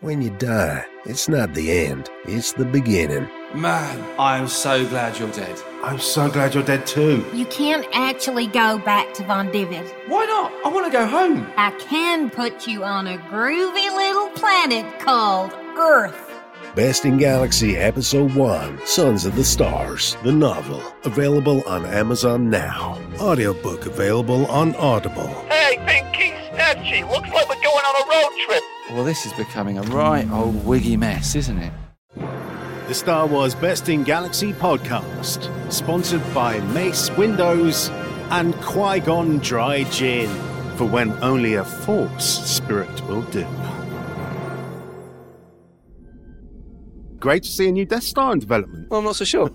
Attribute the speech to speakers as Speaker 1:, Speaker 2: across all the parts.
Speaker 1: When you die, it's not the end, it's the beginning.
Speaker 2: Man, I'm so glad you're dead.
Speaker 3: I'm so glad you're dead too.
Speaker 4: You can't actually go back to Von Divid.
Speaker 2: Why not? I want to go home.
Speaker 4: I can put you on a groovy little planet called Earth.
Speaker 1: Best in Galaxy Episode 1 Sons of the Stars, the novel, available on Amazon now. Audiobook available on Audible.
Speaker 5: Hey, Pinky Snatchy, looks like we're going on a road trip.
Speaker 2: Well, this is becoming a right old wiggy mess, isn't it?
Speaker 6: The Star Wars Best in Galaxy podcast, sponsored by Mace Windows and Qui Gon Dry Gin, for when only a Force spirit will do. Great to see a new Death Star in development.
Speaker 7: Well, I'm not so sure.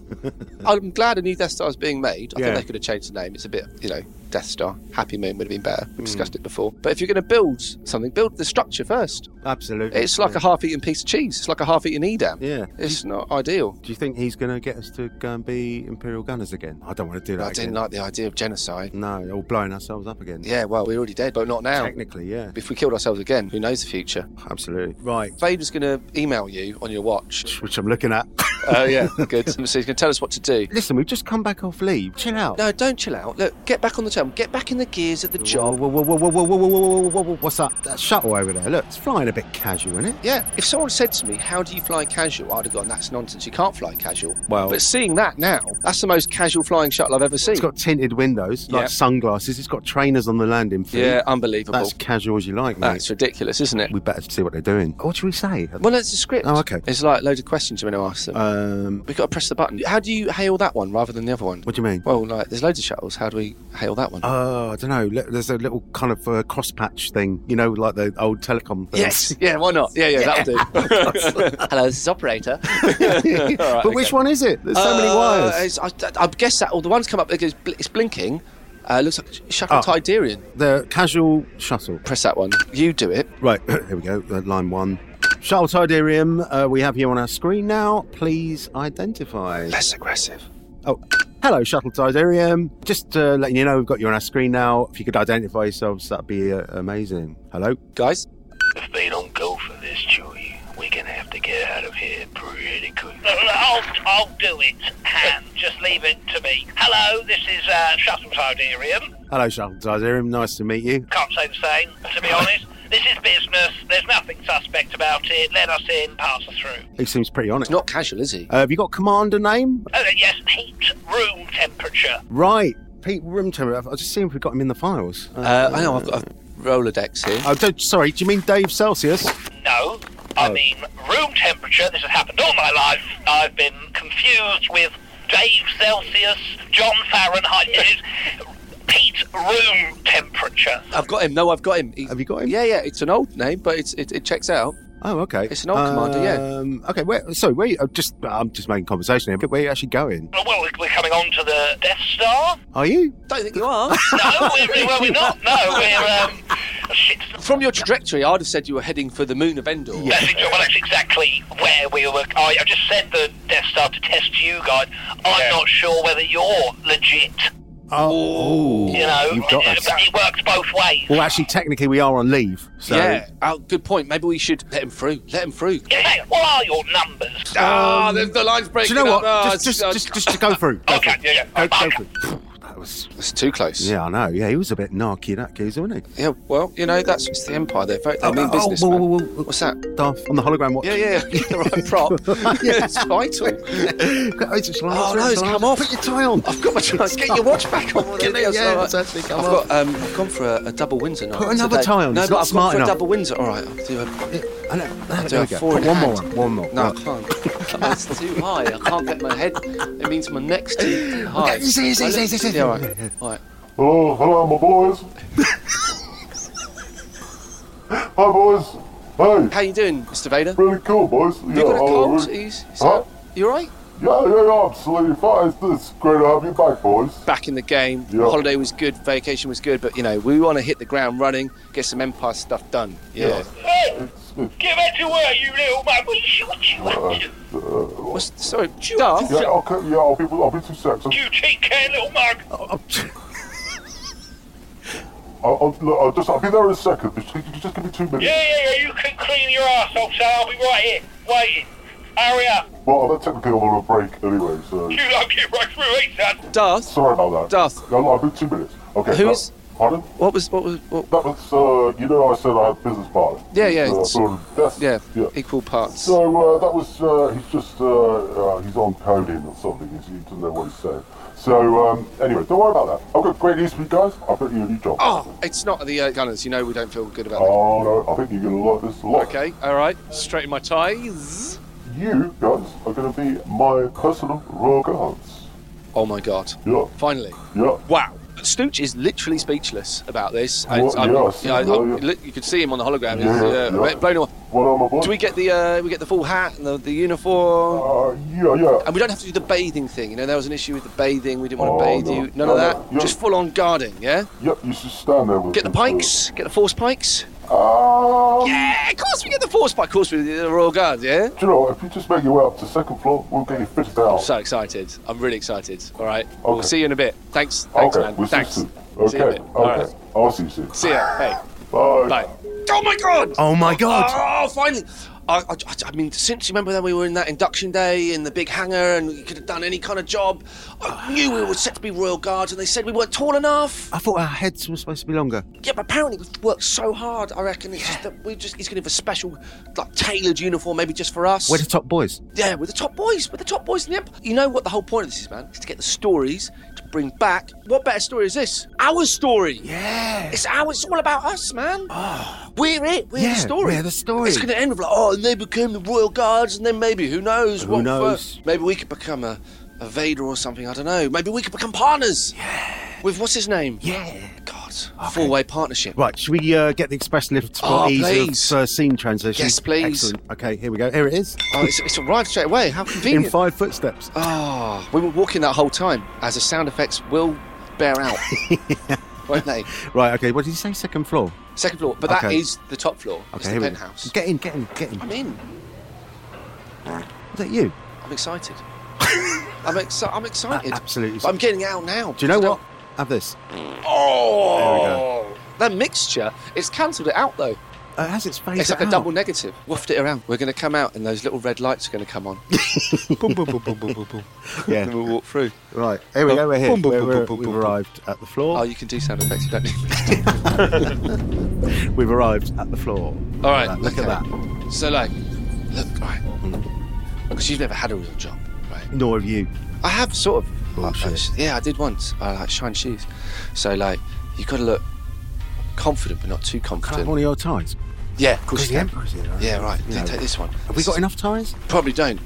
Speaker 7: I'm glad a new Death Star is being made. I
Speaker 6: Yeah.
Speaker 7: think they could have changed the name. It's a bit, you know, Death Star. Happy Moon would have been better.
Speaker 2: Hmm.
Speaker 7: We discussed it before. But if you're going to build something, build the structure first.
Speaker 6: Absolutely.
Speaker 7: It's like a half-eaten piece of cheese. It's like a half-eaten edam.
Speaker 8: Yeah.
Speaker 7: It's not ideal.
Speaker 8: Do you think he's going to get us to go and be Imperial Gunners again? I don't want to do that
Speaker 7: I didn't
Speaker 8: again.
Speaker 7: like the idea of genocide.
Speaker 8: No, all blowing ourselves up again.
Speaker 7: Yeah, well, we're already dead, but not now.
Speaker 8: Technically, yeah.
Speaker 7: If we killed ourselves again, who knows the future?
Speaker 8: Absolutely.
Speaker 6: Right.
Speaker 7: Vader's going to email you on your watch.
Speaker 6: Which I'm looking at.
Speaker 7: Oh, yeah. Good. So he's going to tell us what to do.
Speaker 8: Listen, we've just come back off leave. Chill out.
Speaker 7: No, don't chill out. Look, get back on the table. Get back in the gears of the
Speaker 8: Whoa,
Speaker 7: job.
Speaker 8: whoa, whoa, whoa, whoa, whoa, whoa, whoa, whoa, whoa, whoa, what's that? That shuttle over there. Look, it's flying a bit casual, isn't it?
Speaker 7: Yeah, if someone said to me, How do you fly casual? I'd have gone, That's nonsense. You can't fly casual.
Speaker 8: Well-
Speaker 7: but seeing that now, that's the most casual flying shuttle I've ever seen.
Speaker 8: It's got tinted windows, like
Speaker 7: Yeah.
Speaker 8: sunglasses. It's got trainers on the landing feet.
Speaker 7: yeah, unbelievable.
Speaker 8: That's
Speaker 7: That's,
Speaker 8: casual as you like, mate.
Speaker 7: ridiculous, isn't it?
Speaker 8: We better see what they're doing. What should we say?
Speaker 7: Well, that's the script.
Speaker 8: Oh, okay.
Speaker 7: It's like loads of questions you're going to ask them.
Speaker 8: Um,
Speaker 7: We've got to press the button. How do you hail that one rather than the other one?
Speaker 8: what do you mean?
Speaker 7: Well, like, there's loads of shuttles. How do we hail that one?
Speaker 8: Oh, I don't know. There's a little kind of uh, cross patch thing, you know, like the old telecom thing.
Speaker 7: yes. Yeah, why not? Yeah, yeah, that'll do. Hello, this is operator.
Speaker 8: but which one is it? There's so many
Speaker 7: Uh,
Speaker 8: wires.
Speaker 7: it's- I, I guess that all the ones come up. it goes bl- It's blinking. Uh, looks like shuttle
Speaker 8: Oh.
Speaker 7: Tiderian.
Speaker 8: The casual shuttle.
Speaker 7: Press that one. You do it.
Speaker 8: Right, here we go. Uh, line one. Shuttle Tiderium, uh, we have you on our screen now. Please identify.
Speaker 7: Less aggressive.
Speaker 8: Oh, hello, Shuttle Tiderium. Just uh, letting you know, we've got you on our screen now. If you could identify yourselves, that'd be uh, amazing. Hello?
Speaker 7: Guys,
Speaker 5: If they don't go for this, Chewie, we're gonna have to get out of here pretty quick. I'll, I'll do it, Han. Just leave it to me. Hello, this is uh, Shuttle Tiderium.
Speaker 8: Hello, Shuttle Tiderium. Nice to meet you.
Speaker 5: Can't say the same, to be honest. This is business. There's nothing suspect about it. Let us in, pass us through.
Speaker 8: He seems pretty honest.
Speaker 7: it's not casual, is he?
Speaker 8: Uh, have you got commander name?
Speaker 5: Oh, yes, heat, room temperature.
Speaker 8: Right. Pete Room Temperature. I'll just see if we've got him in the files. Uh,
Speaker 7: Uh, I know, I've got a Rolodex here.
Speaker 8: oh, don't, sorry, do you mean Dave Celsius?
Speaker 5: No, I mean room temperature. This has happened all my life. I've been confused with Dave Celsius, John Fahrenheit. It is Pete room temperature.
Speaker 7: I've got him. No, I've got him. He-
Speaker 8: Have you got him?
Speaker 7: Yeah, yeah. It's an old name, but it's, it, it checks out.
Speaker 8: Oh, okay.
Speaker 7: It's an old commander, yeah.
Speaker 8: Um, okay, where, so where you, I'm just, I'm just making conversation here. Where are you actually going?
Speaker 5: Well, we're- we're coming on to the Death Star.
Speaker 8: Are you?
Speaker 7: Don't think you are.
Speaker 5: No, we're, well, we're not. No, we're um, shit.
Speaker 7: From your trajectory, I'd have said you were heading for the moon of Endor.
Speaker 5: That's exa- well, that's exactly where we were. I, I just said the Death Star to test you guys. I'm not sure whether you're legit.
Speaker 8: Oh,
Speaker 5: You know,
Speaker 8: have got us.
Speaker 5: but it works both ways.
Speaker 8: Well, actually, technically, we are on leave. So.
Speaker 7: Yeah. Oh, good point. Maybe we should let him through. Let him
Speaker 8: Um,
Speaker 7: through.
Speaker 5: Yeah, what are your numbers?
Speaker 7: Ah, the, the line's
Speaker 8: Do you
Speaker 7: breaking
Speaker 8: know
Speaker 7: up.
Speaker 8: what?
Speaker 7: Ah,
Speaker 8: just, just,
Speaker 7: it's-
Speaker 8: just, just to go through. Go
Speaker 5: Okay,
Speaker 8: through.
Speaker 5: yeah,
Speaker 8: Go,
Speaker 5: yeah.
Speaker 8: go
Speaker 5: Okay.
Speaker 8: through. That was.
Speaker 7: It's too close.
Speaker 8: Yeah, I know. Yeah, he was a bit narky, that geezer, wasn't he? Oh,
Speaker 7: Yeah, well, you know, that's it's the Empire. They're very, they mean business.
Speaker 8: whoa,
Speaker 7: man.
Speaker 8: whoa, whoa, whoa.
Speaker 7: What's that?
Speaker 8: Daft on the hologram watch.
Speaker 7: Yeah, yeah, yeah. the right prop. yeah, it's vital.
Speaker 8: it's just
Speaker 7: Oh, no, it's come off.
Speaker 8: Put your tie on.
Speaker 7: I've got my chance. Get your watch back on.
Speaker 8: Yeah,
Speaker 7: Get it,
Speaker 8: yeah,
Speaker 7: all
Speaker 8: it's actually come
Speaker 7: I've
Speaker 8: off.
Speaker 7: got. Um, I've gone for a, a double Windsor night.
Speaker 8: Put another
Speaker 7: today.
Speaker 8: tie on,
Speaker 7: No,
Speaker 8: it's
Speaker 7: but
Speaker 8: not
Speaker 7: I've
Speaker 8: smart
Speaker 7: gone for
Speaker 8: enough.
Speaker 7: a double Windsor. All right, I'll do a.
Speaker 8: I know.
Speaker 7: I'll do
Speaker 8: There
Speaker 7: a
Speaker 8: we go.
Speaker 7: four
Speaker 8: Put
Speaker 7: and a
Speaker 8: one more
Speaker 7: hand.
Speaker 8: one. One more.
Speaker 7: No, I
Speaker 8: Right.
Speaker 7: can't. It's too high. I can't get my head. It means my neck's too high.
Speaker 8: Okay, see, see,
Speaker 7: Well,
Speaker 8: see, see, see.
Speaker 7: Yeah, all right. All right.
Speaker 9: Oh, hello, my boys. Hi, boys. Hey,
Speaker 7: How you doing, Mr. Vader?
Speaker 9: really cool, boys. Yeah,
Speaker 7: You got a cold?
Speaker 9: uh,
Speaker 7: He's,
Speaker 9: Huh?
Speaker 7: You all right?
Speaker 9: yeah, yeah, yeah, absolutely fine. It's, it's great to have you back, boys.
Speaker 7: back in the game.
Speaker 9: Yeah.
Speaker 7: Holiday was good, vacation was good, but you know we want to hit the ground running, get some Empire stuff done. Yeah.
Speaker 5: Hey,
Speaker 9: It's, it's,
Speaker 5: get back to work, you little man. We shoot you.
Speaker 7: What's sorry, Darth?
Speaker 9: yeah, okay, yeah, I'll be, I'll be two seconds.
Speaker 5: You take care, little mug.
Speaker 8: Oh,
Speaker 9: I'll, I'll, look, I'll just I'll be there in a second. Just, just give me two minutes.
Speaker 5: Yeah, yeah, yeah, you can clean your ass off, so I'll be right here, waiting. Hurry up.
Speaker 9: Well, I'm technically on a break anyway, so
Speaker 5: You don't get right through it, son.
Speaker 7: Darth,
Speaker 9: sorry about that.
Speaker 7: Duff.
Speaker 9: No, no, I'll be two minutes. Okay.
Speaker 7: Who
Speaker 9: no-
Speaker 7: is-
Speaker 9: Pardon?
Speaker 7: what was what was what?
Speaker 9: That was uh, you know I said I had business partner.
Speaker 7: Yeah, yeah,
Speaker 9: Uh,
Speaker 7: it's-
Speaker 9: so that's,
Speaker 7: Yeah,
Speaker 9: yeah.
Speaker 7: equal parts.
Speaker 9: So uh, that was uh, he's just uh, uh, he's on coding or something. He's, he doesn't know what he's saying. So um, anyway, don't worry about that. I've got great news for you guys. I bet you a new job.
Speaker 7: Oh, it's not the uh, Gunners. You know we don't feel good about that.
Speaker 9: Oh no, I think you're gonna like this a lot.
Speaker 7: Okay, all right. Straighten my ties.
Speaker 9: You guys are gonna be my personal royal guards.
Speaker 7: Oh my god!
Speaker 9: Yeah,
Speaker 7: Finally.
Speaker 9: yeah.
Speaker 7: Wow. Stooch is literally speechless about this. I,
Speaker 9: Well,
Speaker 7: I'm-
Speaker 9: yeah, I see
Speaker 7: I-
Speaker 9: that,
Speaker 7: I'm-
Speaker 9: yeah.
Speaker 7: look, you could see him on the hologram.
Speaker 9: Yeah,
Speaker 7: He's,
Speaker 9: yeah,
Speaker 7: uh,
Speaker 9: yeah.
Speaker 7: blown away.
Speaker 9: What am I?
Speaker 7: Do we get the uh, we get the full hat and the, the uniform?
Speaker 9: Uh, yeah, yeah.
Speaker 7: And we don't have to do the bathing thing. You know, there was an issue with the bathing. We didn't want to
Speaker 9: Oh,
Speaker 7: bathe
Speaker 9: no.
Speaker 7: you. None
Speaker 9: No,
Speaker 7: of
Speaker 9: no.
Speaker 7: that.
Speaker 9: You-
Speaker 7: Just full on guarding, yeah?
Speaker 9: Yep, you should stand there with
Speaker 7: Get the pikes. Get the force pikes.
Speaker 9: Um,
Speaker 7: Yeah, of course we get the force pikes. Of course we do the Royal Guards, yeah?
Speaker 9: Do you know, if you just make your way up to second floor, we'll get you fitted out.
Speaker 7: So excited. I'm really excited. All right. We'll
Speaker 9: Okay.
Speaker 7: see you in a bit. Thanks. Thanks,
Speaker 9: okay,
Speaker 7: man.
Speaker 9: we'll
Speaker 7: Thanks.
Speaker 9: see you soon.
Speaker 7: See
Speaker 9: Okay,
Speaker 7: you in a bit.
Speaker 9: okay.
Speaker 7: All right.
Speaker 9: I'll see you soon.
Speaker 7: See ya. Hey.
Speaker 9: Bye.
Speaker 7: Bye. Oh my god!
Speaker 10: Oh my God.
Speaker 7: Oh, finally! I, I, I mean, since you remember that we were in that induction day in the big hangar and you could have done any kind of job, I knew we were set to be Royal Guards and they said we weren't tall enough.
Speaker 8: I thought our heads were supposed to be longer.
Speaker 7: Yeah, but apparently we've worked so hard, I reckon it's just that we just, he's going to have a special, like, tailored uniform maybe just for us.
Speaker 8: We're the top boys.
Speaker 7: Yeah, we're the top boys. We're the top boys in the Empire. You know what the whole point of this is, man? Is to get the stories to bring back. What better story is this? Our story. Yeah. It's our. It's all about us, man. We're it. We're
Speaker 8: Ah. Yeah,
Speaker 7: the story.
Speaker 8: we're the story.
Speaker 7: It's going to end with like, oh, and they became the royal guards, and then maybe who knows?
Speaker 8: Who
Speaker 7: what
Speaker 8: knows?
Speaker 7: fir- maybe we could become a, a Vader or something. I don't know. Maybe we could become partners. Yeah. With what's his name?
Speaker 8: Yeah.
Speaker 7: God. Four-way partnership.
Speaker 8: Right, should we uh, get the express lift for
Speaker 7: Oh,
Speaker 8: ease
Speaker 7: please.
Speaker 8: of uh, scene transition?
Speaker 7: Yes, please.
Speaker 8: Excellent. Okay, here we go. Here it is.
Speaker 7: Oh, it's, it's arrived straight away. How
Speaker 8: In
Speaker 7: convenient.
Speaker 8: five footsteps.
Speaker 7: Oh, we were walking that whole time, as the sound effects will bear out, won't they?
Speaker 8: Right, okay, what did you say? Second floor?
Speaker 7: Second floor, but that is
Speaker 8: Okay.
Speaker 7: the top floor. It's
Speaker 8: Okay,
Speaker 7: the
Speaker 8: here we go.
Speaker 7: penthouse.
Speaker 8: Get in, get in, get in.
Speaker 7: I'm in.
Speaker 8: Is that you?
Speaker 7: I'm excited. I'm, exci- I'm excited.
Speaker 8: absolutely.
Speaker 7: I'm getting out now.
Speaker 8: Do you know what? Have this.
Speaker 7: Oh! That mixture, it's cancelled it out though.
Speaker 8: Uh, it has its face.
Speaker 7: Except a double negative. Woofed it around. We're going to come out and those little red lights are going to come on. boom, boom, boom, boom, boom, boom, boom. And
Speaker 8: Yeah.
Speaker 7: then we'll walk through.
Speaker 8: Right, here we go. We're here.
Speaker 7: Boom, boom,
Speaker 8: We're-
Speaker 7: boom,
Speaker 8: we're-
Speaker 7: boom, boom,
Speaker 8: We've
Speaker 7: boom.
Speaker 8: arrived at the
Speaker 7: Oh,
Speaker 8: floor.
Speaker 7: you can do sound effects. You don't need me.
Speaker 8: We've arrived at the floor.
Speaker 7: All right,
Speaker 8: Look at that. Hmm.
Speaker 7: okay. So, like, look, right. Because you've never had a real job, right?
Speaker 8: Nor have you.
Speaker 7: I have sort of.
Speaker 8: Bullshit.
Speaker 7: I- I- yeah, I did once. I like shine shoes. So, like, you've got to look confident, but not too
Speaker 8: Can I have
Speaker 7: confident.
Speaker 8: one of your ties?
Speaker 7: yeah, of course
Speaker 8: Because
Speaker 7: you
Speaker 8: the
Speaker 7: can.
Speaker 8: Emperor's here. right?
Speaker 7: Yeah, right.
Speaker 8: You
Speaker 7: Then
Speaker 8: know.
Speaker 7: Take this one.
Speaker 8: Have we got enough Mm. ties?
Speaker 7: Probably don't.